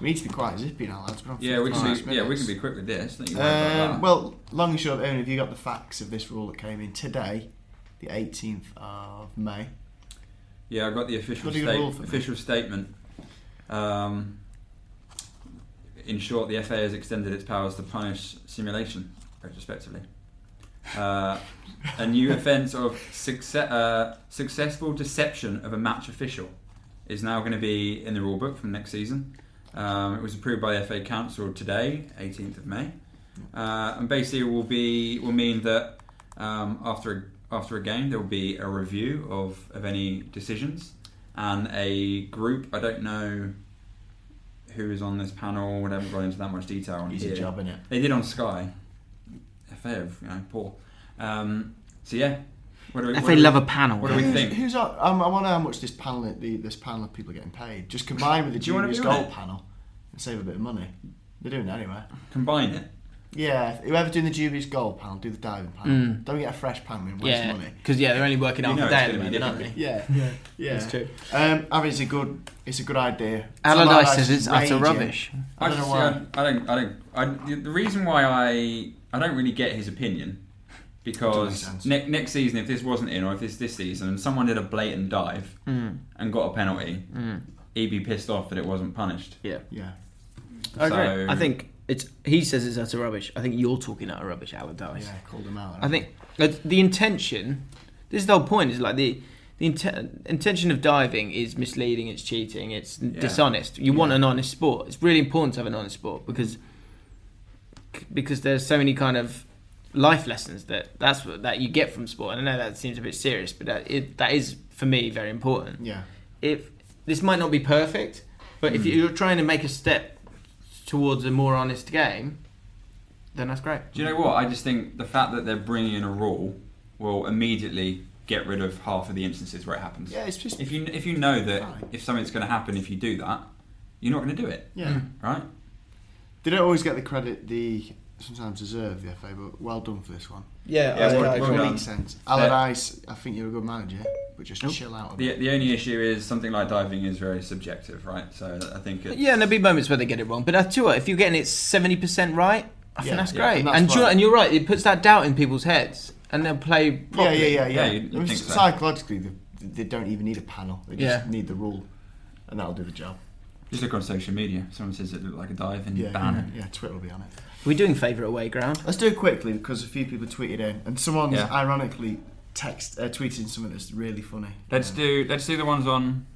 We need to be quite zippy now, lads. We're on
Yeah, we can
56
be, yeah, we
minutes.
can be quick with this. Don't you worry about
Um,
that.
well, long and short, Owen, have you got the facts of this rule that came in today, the 18th of May?
Yeah, I got the official
Bloody good
state,
rule for me.
official statement. Um, in short, the FA has extended its powers to punish simulation retrospectively. Uh, a new offence of success, uh, successful deception of a match official is now going to be in the rule book from next season. Um, it was approved by the FA Council today, 18th of May, uh, and basically it will be will mean that um, after a, after a game there will be a review of of any decisions and a group. I don't know who is on this panel. We haven't gone into that much detail. On
Easy
here.
job, innit?
They did on Sky. FA, have, you know, poor. Um, so yeah, what do we?
FA
what do we-
love a panel.
What do we
who's,
think?
Who's on, um, I wonder how much this panel, the, this panel of people are getting paid. Just combined with the
Do you wanna
juniors
be on
goal
it?
panel and save a bit of money. They're doing it anyway.
Combine it.
Yeah, whoever doing the dubious goal panel, do the diving panel.
Mm.
Don't get a fresh panel and waste
Yeah,
money.
because yeah, they're only working
You
half
know
a
it's
day at the
gonna be
moment, aren't they?
different.
Yeah, yeah, yeah.
That's true.
Um, I mean, it's a good, it's a good idea.
Allardyce says
is
it's utter
raging.
rubbish.
I don't know
just-
why.
I don't. I don't. I, the- the reason why I I don't really get his opinion
Doesn't make sense.
because ne- next season, if this wasn't in, or if this this season, and someone did a blatant dive and got a penalty, he'd be pissed off that it wasn't punished.
Yeah.
Yeah.
I agree.
So-
I think it's he says it's utter rubbish. I think you're talking utter rubbish, Allardyce.
Yeah, called them out.
I think that the intention. This is the whole point. Is like the the inten- intention of diving is misleading. It's cheating. It's dishonest. You want an honest sport. It's really important to have an honest sport because because there's so many kind of life lessons that that's what that you get from sport. And I know that seems a bit serious, but that it, that is for me very important
Yeah.
if this might not be perfect, but
Hmm.
if you're trying to make a step towards a more honest game, then that's great.
Do you know what? I just think the fact that they're bringing in a rule will immediately get rid of half of the instances where it happens.
Yeah, it's just-
if you if you know that
Fine.
if something's going to happen if you do that, you're not going to do it,
Yeah.
right?
They don't always get the credit they sometimes deserve, the FA, but well done for this one.
yeah.
Yeah,
I-
well-
I
It
well
agree.
done.
makes sense. Allardyce, I think you're a good manager, but just chill out a
The,
bit.
the only issue is something like diving is very subjective, right? So I think it's,
Yeah, and there'll be moments where they get it wrong, but that's too. If you're getting it seventy percent right, I
Yeah,
think that's
yeah,
great.
and
And,
that's
do you know-
right.
and you're right; it puts that doubt in people's heads, and they'll play
Yeah,
properly.
yeah, yeah, yeah.
Yeah, you'd- you'd
I mean,
think so.
psychologically, they, they don't even need a panel. They just
Yeah.
need the rule, and that'll do the job.
Just look on social media. Someone says it looked like a dive and
Yeah,
ban
yeah, yeah, Twitter will be on it.
We're doing favourite away ground.
Let's do it quickly because a few people tweeted in, and someone's
Yeah.
ironically text uh, tweeted something that's really funny.
Let's do let's do the ones on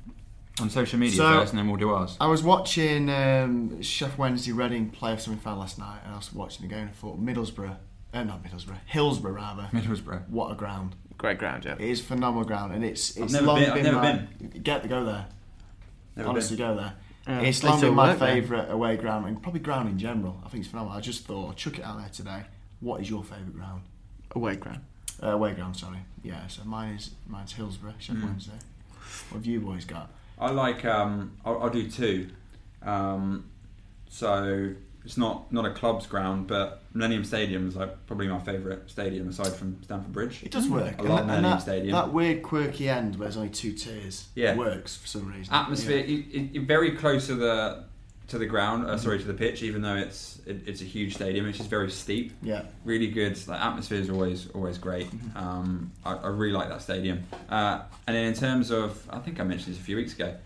on social media
So-
first, and then we'll do ours.
I was watching um, Chef Wednesday Reading play off something found last night, and I was watching the game and I thought Middlesbrough, uh, not Middlesbrough, Hillsborough rather.
Middlesbrough.
What a ground!
Great ground, yeah.
It is phenomenal ground, and it's it's
never
long
been- I've never
my, get to go there.
Never
Honestly, go there. it's
they
long
still
been my
work there.
favourite away ground, and probably ground in general. I think it's phenomenal. I just thought, I'll chuck it out there today. What is your favourite ground?
Away ground.
Uh, away ground, sorry. Yeah, so mine is mine's Hillsborough, Chef
Hmm.
Wednesday. What have you boys got?
I like. Um, I'll, I'll do two. Um, so it's not not a club's ground, but Millennium Stadium is like probably my favourite stadium aside from Stamford Bridge.
It does work.
I love
and that,
Millennium
and that,
Stadium.
that weird quirky end where there's only two tiers
Yeah.
works for some reason.
Atmosphere. You, you- you're very close to the to the ground. Uh, sorry, to the pitch. Even though it's it, it's a huge stadium, it's just very steep.
Yeah. Mm-hmm.
really good. The atmosphere is always always great. Um, I, I really like that stadium. Uh, and then in terms of, I think I mentioned this a few weeks ago,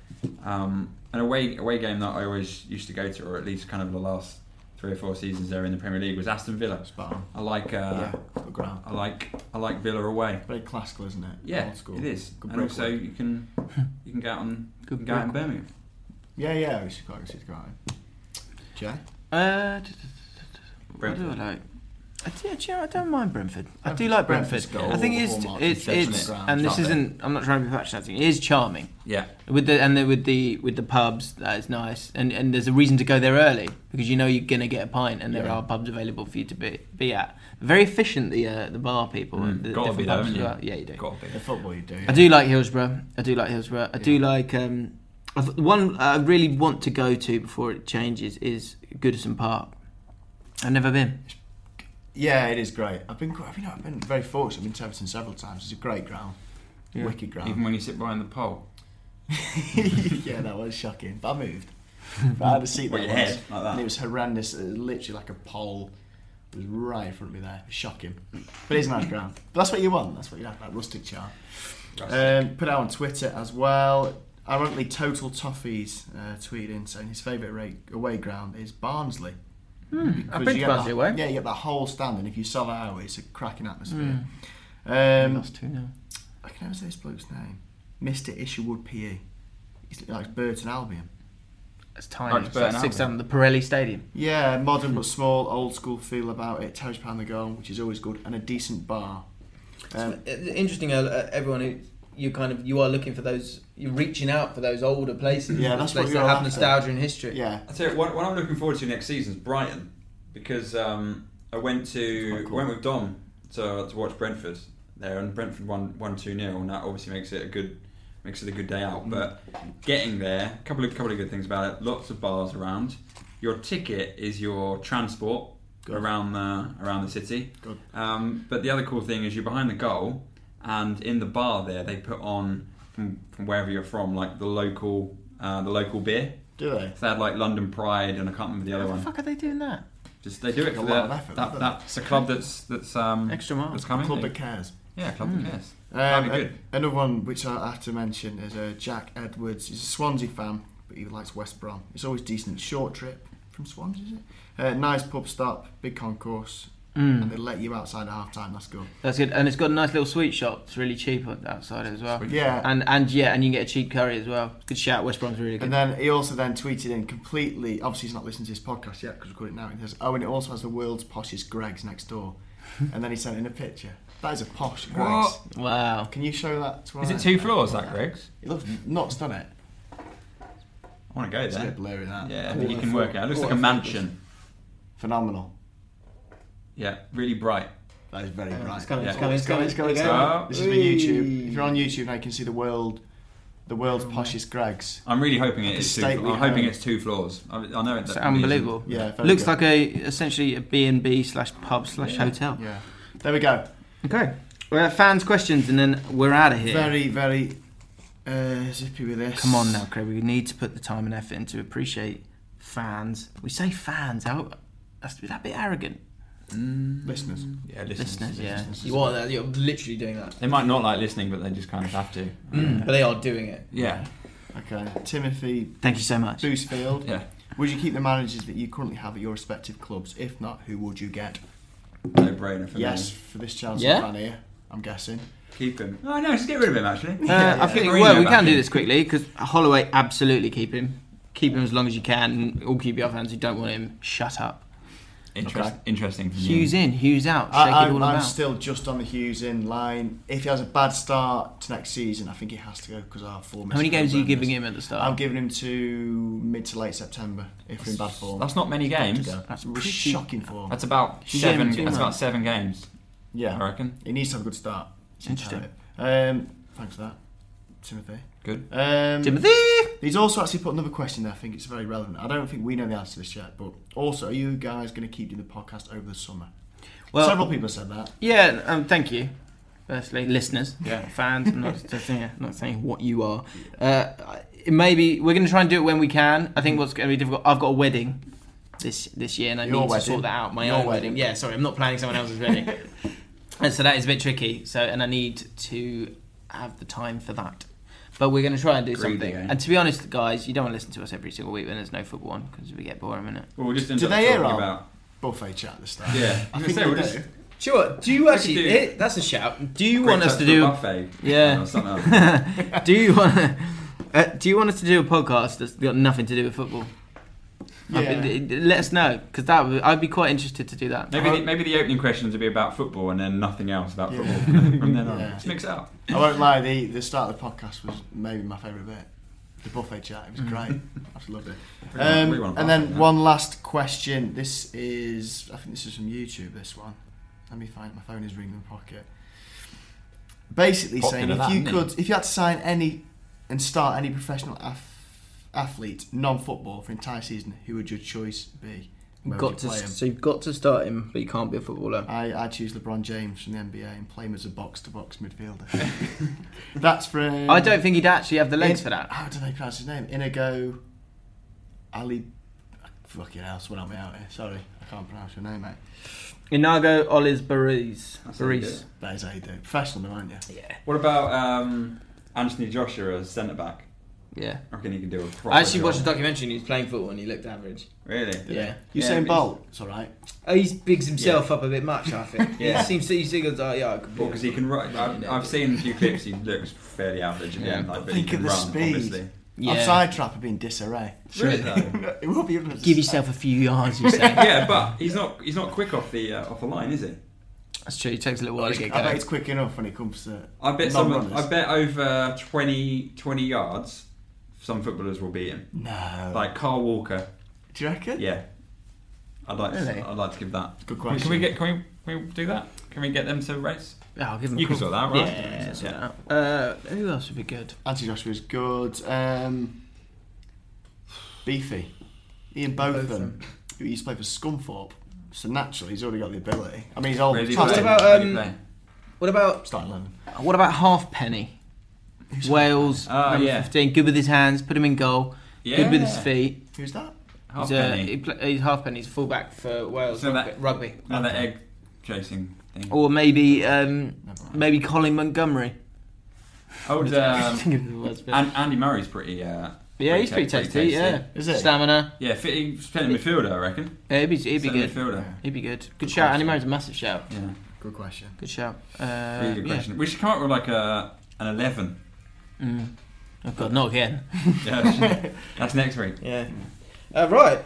um, an away away game that I always used to go to, or at least kind of the last three or four seasons there in the Premier League was Aston Villa.
Spot on.
I like uh,
Yeah, good ground.
I like I like Villa away.
Very classical, isn't it?
Yeah,
Old school.
it is.
Good
and also
breakaway.
you can you can go out and you can go out in Birmingham.
Yeah, yeah, we should go. We should go. Jay?
Uh, what do I like? I do, do you know, I don't mind Brentford. I do like Brentford.
Brentford's got
I think it is,
all the
it's,
hallmarks of
it's,
Chelsea.
and this
Charming.
isn't. I'm not trying to be patronising. It is charming.
Yeah.
With the and the, with the with the pubs, that is nice. And and there's a reason to go there early because you know you're gonna get a pint, and there
Yeah.
are pubs available for you to be be at. Very efficient the uh, the bar people.
Mm,
the
gotta
different
be though,
pubs
haven't
as
you?
well. Yeah, you do.
Gotta be.
The football you do.
I do like Hillsborough. I do like Hillsborough. I do like um, I th- one I really want to go to before it changes is Goodison Park. I've never been.
Yeah, it is great. I've been, quite- you know, I've been very fortunate. I've been to Everton several times. It's a great ground,
Yeah.
wicked ground.
Even when you sit behind the pole.
yeah, that was shocking. But I moved. But I had a seat
With
that
your
once,
head like that.
And it was horrendous. It was literally like a pole. It was right in front of me there. Shocking. But it's a nice ground. But that's what you want. That's what you have, that rustic charm. Um, put out on Twitter as well. Ironically, Total Toffees uh, tweeted in saying his favourite ra- away ground is Barnsley. Because
I've been
you
to
get
Barnsley
that-
away.
Yeah, you get that whole stand, and if you sell out, it's a cracking atmosphere. Um,
lost two now.
I can never say this bloke's name. Mr. Isherwood PE. He's like Burton Albion.
It's
Oh,
tiny.
it's
It's like
Burton
six
Albion.
down the Pirelli Stadium.
Yeah, modern but small, old school feel about it. Terrace pound the goal, which is always good, and a decent bar. Um,
It's interesting. Uh, everyone who you kind of you are looking for those. You're reaching out for those older places.
Yeah,
those
that's what
places
we
that
were
have
after.
nostalgia and history.
yeah,
I tell you what, what I'm looking forward to next season is Brighton because um, I went to went with Dom to, to watch Brentford there, and Brentford won one two 0 and that obviously makes it a good makes it a good day out. But getting there, a couple of couple of good things about it. Lots of bars around. Your ticket is your transport
Good.
around the around the city.
Good.
Um, but the other cool thing is you're behind the goal, and in the bar there they put on from, from wherever you're from, like the local uh, the local beer.
do they?
So they had like London Pride and I can't remember the other
How the
one.
fuck are they doing that?
Just they do it
It's
for
a
the,
lot of effort,
that,
isn't it?
that's a club that's that's um
Extra mile. Hmm.
that's coming.
Club that cares.
yeah, club that cares.
Um,
That'd be good.
a- Another one which I have to mention is uh, Jack Edwards. He's a Swansea fan, but he likes West Brom. It's always decent. Short trip from Swansea, is it? Uh, nice pub stop, big concourse, and they let you outside at half time. That's good.
That's good, and it's got a nice little sweet shop. It's really cheap on- outside as well.
Yeah.
and and yeah, and you can get a cheap curry as well. Good shout, West Brom's really good.
And then he also then tweeted in completely. Obviously, he's not listening to his podcast yet because we're recording it now. He says, "Oh, and it also has the world's poshest Greg's next door." and then he sent in a picture. That is a posh Greg's.
What?
wow,
Can you show that? To
Is
our-
it two floors that Greg's?
It looks nuts, doesn't it?
I want to go
It's a bit
there.
blurry that.
Yeah, I think you can work it out. It looks like a mansion.
Phenomenal.
Yeah, really bright.
That is very bright. It's
coming,
it's
coming, it's coming,
it's coming, it's
it's
coming.
coming.
This is for YouTube. If you're on YouTube, now you can see the world, the world's poshest Greg's.
I'm really hoping it is two.
stately
I'm hoping
home.
it's two floors. I, I know it's
it's unbelievable.
Yeah, very
looks
good.
like a essentially a B and B slash pub slash hotel.
Yeah. There we go.
Okay, well, fans' questions, and then we're out of here.
Very, very uh, zippy with this.
Come on now, Craig. We need to put the time and effort in to appreciate fans. We say fans. How that's that a bit arrogant,
listeners.
Yeah, listen.
listeners. Yeah,
You are that. You're literally doing that,
They might not like listening, but they just kind of have to.
but they are doing it.
Yeah,
Okay, Timothy
thank you so much.
Boosfield.
yeah.
Would you keep the managers that you currently have at your respective clubs? If not, who would you get?
No brainer for
Yes,
me.
for this Chelsea
Mm. Yeah?
fan here, I'm guessing.
Keep him. Oh no, just get rid of him actually.
Uh, I think
Mourinho
well we
back
can do
in.
this quickly because Holloway absolutely keep him, keep him as long as you can, and all QPR fans who don't want him shut up.
Interest, Interesting. From you.
Hughes in, Hughes out, shake
I,
it all
am
about.
I'm still just on the Hughes in line. If he has a bad start to next season, I think he has to go because our form.
How many games are you giving him at the start?
I'm giving him to mid to late September if we're in bad form.
That's not many games.
That's
pretty-
shocking form.
That's about
She's
seven.
getting too
That's
much.
about seven games.
yeah,
I reckon.
he needs to have a good start.
Interesting.
Um, thanks for that, Timothy.
Good.
Um,
Timothy.
He's also actually put another question there. I think it's very relevant. I don't think we know the answer to this yet, but also, are you guys going to keep doing the podcast over the summer?
Well-
Several people have said that.
Yeah, um, thank you. Firstly, listeners, yeah. fans. I'm not, just saying, not saying what you are. Uh, maybe we're going to try and do it when we can. I think what's going to be difficult. I've got a wedding this this year, and I
Your
need
wedding.
to sort that out. My
Your
own
wedding.
wedding. Yeah, sorry, I'm not planning someone else's wedding, and so that is a bit tricky. So, and I need to have the time for that. But we're going to try and do
Greedy,
something.
eh?
And to be honest, guys, you don't want to listen to us every single week when there's no football on because we get boring, innit?
Well, we'll just end
Do
up
they
talking
hear our
about.
buffet chat this time?
Yeah.
I
I was gonna
think
say,
they
we're
do.
just-
Sure. Do you actually?
do-
eh, that's a shout.
Do you want us to do?
buffet?
Yeah.
Or something else.
do you want? Uh, do you want us to do a podcast that's got nothing to do with football?
Yeah.
Let us know because that would, I'd be quite interested to do that.
Maybe the, maybe the opening questions would be about football and then nothing else about football from from then on.
Yeah.
Just mix it up.
I won't lie, the, the start of the podcast was maybe my favourite bit. The buffet chat, it was great. I just loved it.
Everyone-
Um,
everyone
and then
laughed, yeah.
one last question. This is, I think this is from YouTube, this one. Let me find My phone is ringing in my pocket. Basically saying
Popular
if
that,
you
isn't it?
could, if you had to sign any and start any professional af- athlete, non football, for entire season, who would your choice be? Where would
got
you
to,
play 'em?
so you've got to start him, but you can't be a footballer.
I, I choose LeBron James from the NBA and play him as a box to box midfielder. That's from.
I don't think he'd actually have the legs
In-
for that.
How do they pronounce his name? Inigo Ali. Fucking hell, someone help me out here. Sorry, I can't pronounce your name, mate.
Inago Olis Baris.
how you do it.
That is how you do it. Professional, though, aren't you? Yeah.
What about um, Anthony Joshua as centre back?
Yeah.
I reckon he can do a proper
I actually
job.
watched a documentary and he was playing football and he looked average.
Really?
Yeah.
Usain
yeah,
Bolt, it's alright.
Oh, he bigs himself up a bit much, I think.
Yeah.
He seems to, he seems like, yeah, I could be.
Because he can run. I've, I've seen a few clips. He looks fairly average. Yeah,
Yeah,
like,
but
but he
think
can
of the
run,
speed.
Obviously.
Offside trap have been disarray.
Really, though?
it will be.
Give yourself a few yards, you say.
yeah, but he's not. He's not quick off the uh, off the line, is he?
That's true. It takes a little while to
I
get
bet
going.
it's quick enough when it comes to.
I bet
non-runners.
some. I bet over 20, 20 yards, some footballers will beat him.
No.
Like Carl Walker.
Do you reckon?
Yeah. I'd like.
Really?
To, I'd like to give that.
Good
Can we
question.
get? Can we? Can we do that? Can we get them to race?
Yeah, I'll give him.
You
a
can
call.
sort that, right?
Yeah,
Yeah.
sort that out. Uh, who else would be good?
Anti Joshua's good. Um, Beefy. Ian
Botham.
Botham, who used to play for Scunthorpe. So naturally, he's already got the ability. I mean, he's
Oh,
old.
Where does he
Talked
play?
about,
Where does he
um,
play?
What about
Starting eleven?
What about Halfpenny? Wales
Ah,
number
yeah.
fifteen. Good with his hands. Put him in goal. Good with his
Yeah.
feet.
Who's that?
He's, uh,
Halfpenny.
he pl- he's halfpenny. He's a fullback for Wales
So
rugby.
that-
rugby.
Another egg chasing thing.
Or maybe um, maybe Colin Montgomery.
Old
I
um,
think of the words, but-
and, Andy Murray's pretty. Uh,
Yeah, he's pretty
ta-
tasty. yeah,
Is he?
Stamina.
Yeah, fit, he's playing midfielder, I reckon.
Yeah, he'd be, he'd be
Centre
good.
midfielder.
He'd be good. Good, shout. And he's a massive shout.
Yeah,
Good question.
Good shout. Uh,
really good
yeah.
question. We should come up with like a an eleven.
Mm. Oh god, not again.
Yeah, that's next week.
Yeah. Uh, right.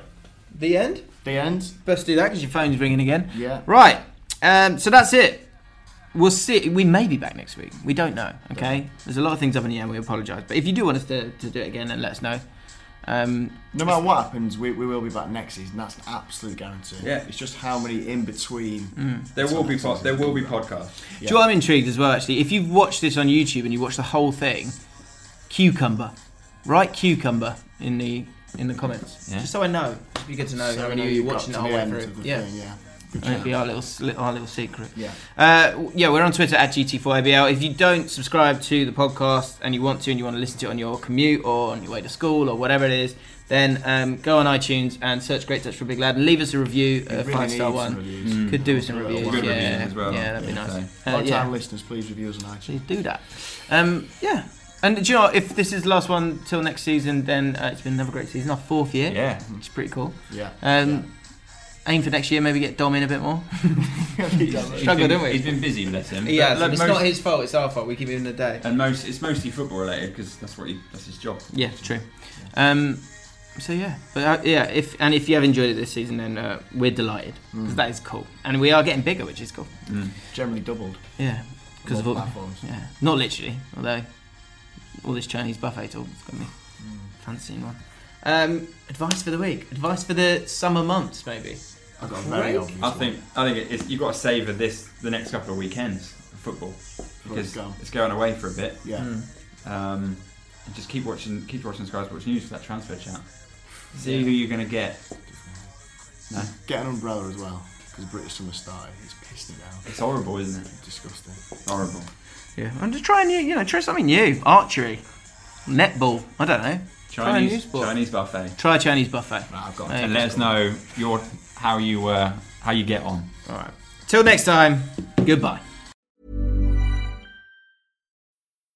The end.
The end.
Best do that
because your phone's ringing again.
Yeah.
Right. Um, so that's it. We'll see. We may be back next week. We don't know. Okay. There's a lot of things up in the air. We apologise. But if you do want us to, to do it again, then let us know. Um,
No matter what happens, we, we will be back next season. That's an absolute guarantee.
Yeah.
It's just how many in between.
Mm.
There will be pod, there will be podcasts.
Do you know what I'm intrigued as well? Actually, if you've watched this on YouTube and you watched the whole thing, cucumber, write cucumber in the in the comments,
Yeah.
just so I know.
It'd be good to know
So
how
I
many
know
of you
you've
are
got
watching
to
the whole way
end
through.
of the
Yeah.
thing, yeah.
That'd be our little s- li- our little secret.
Yeah.
Uh, w- yeah, we're on Twitter at GT4ABL. If you don't subscribe to the podcast and you want to, and you want to listen to it on your commute or on your way to school or whatever it is, then um, go on iTunes and search Great Touch for Big Lad and leave us a review, a
really
five star
needs some
one.
reviews.
Mm.
Could do with some
Good
reviews.
Good
yeah.
reviews as well.
Yeah, that'd be
Yeah,
nice.
so-
Uh,
Long time
yeah,
listeners, please review us on iTunes.
please do that. Um, yeah. And do you know what? if this is the last one till next season, then uh, it's been another great season. Our fourth year,
Yeah.
which is pretty cool.
Yeah.
Um, Aim for next year, maybe get Dom in a bit more.
He's
Struggle,
been-
don't we?
He's been busy, bless him.
He has.
But
and it's
most-
not his fault. It's our fault. We keep him in the day.
And most it's mostly football related because that's what he that's his job.
Yeah, true. Um, so yeah, but uh, yeah, if and if you have enjoyed it this season, then uh, we're delighted 'cause that is cool, and we are getting bigger, which is cool.
Generally doubled.
Yeah, because of all
More platforms.
yeah, not literally, although all this Chinese buffet talk has got me fancying one. Um, advice for the week, advice for the summer months, maybe.
I've got a very
Craig?
obvious
I
one.
think I think it is, you've got to savour this the next couple of weekends of football
it's
because
gone.
it's going away for a bit.
Yeah.
Um, and just keep watching, keep watching Sky Sports News for that transfer chat. See who you're going to get. No,
Get an umbrella as well, because British summer started. It's pissing it down.
it's horrible, isn't it?
Disgusting.
It's horrible.
Yeah, I'm just trying new, you know, try something new, archery, netball. I don't know. try a new
Chinese
sport.
Chinese buffet.
Try a Chinese buffet.
Right, I've got
There
And
you
let
go.
us know your how you uh, how you get on.
All right. Till next time. Goodbye.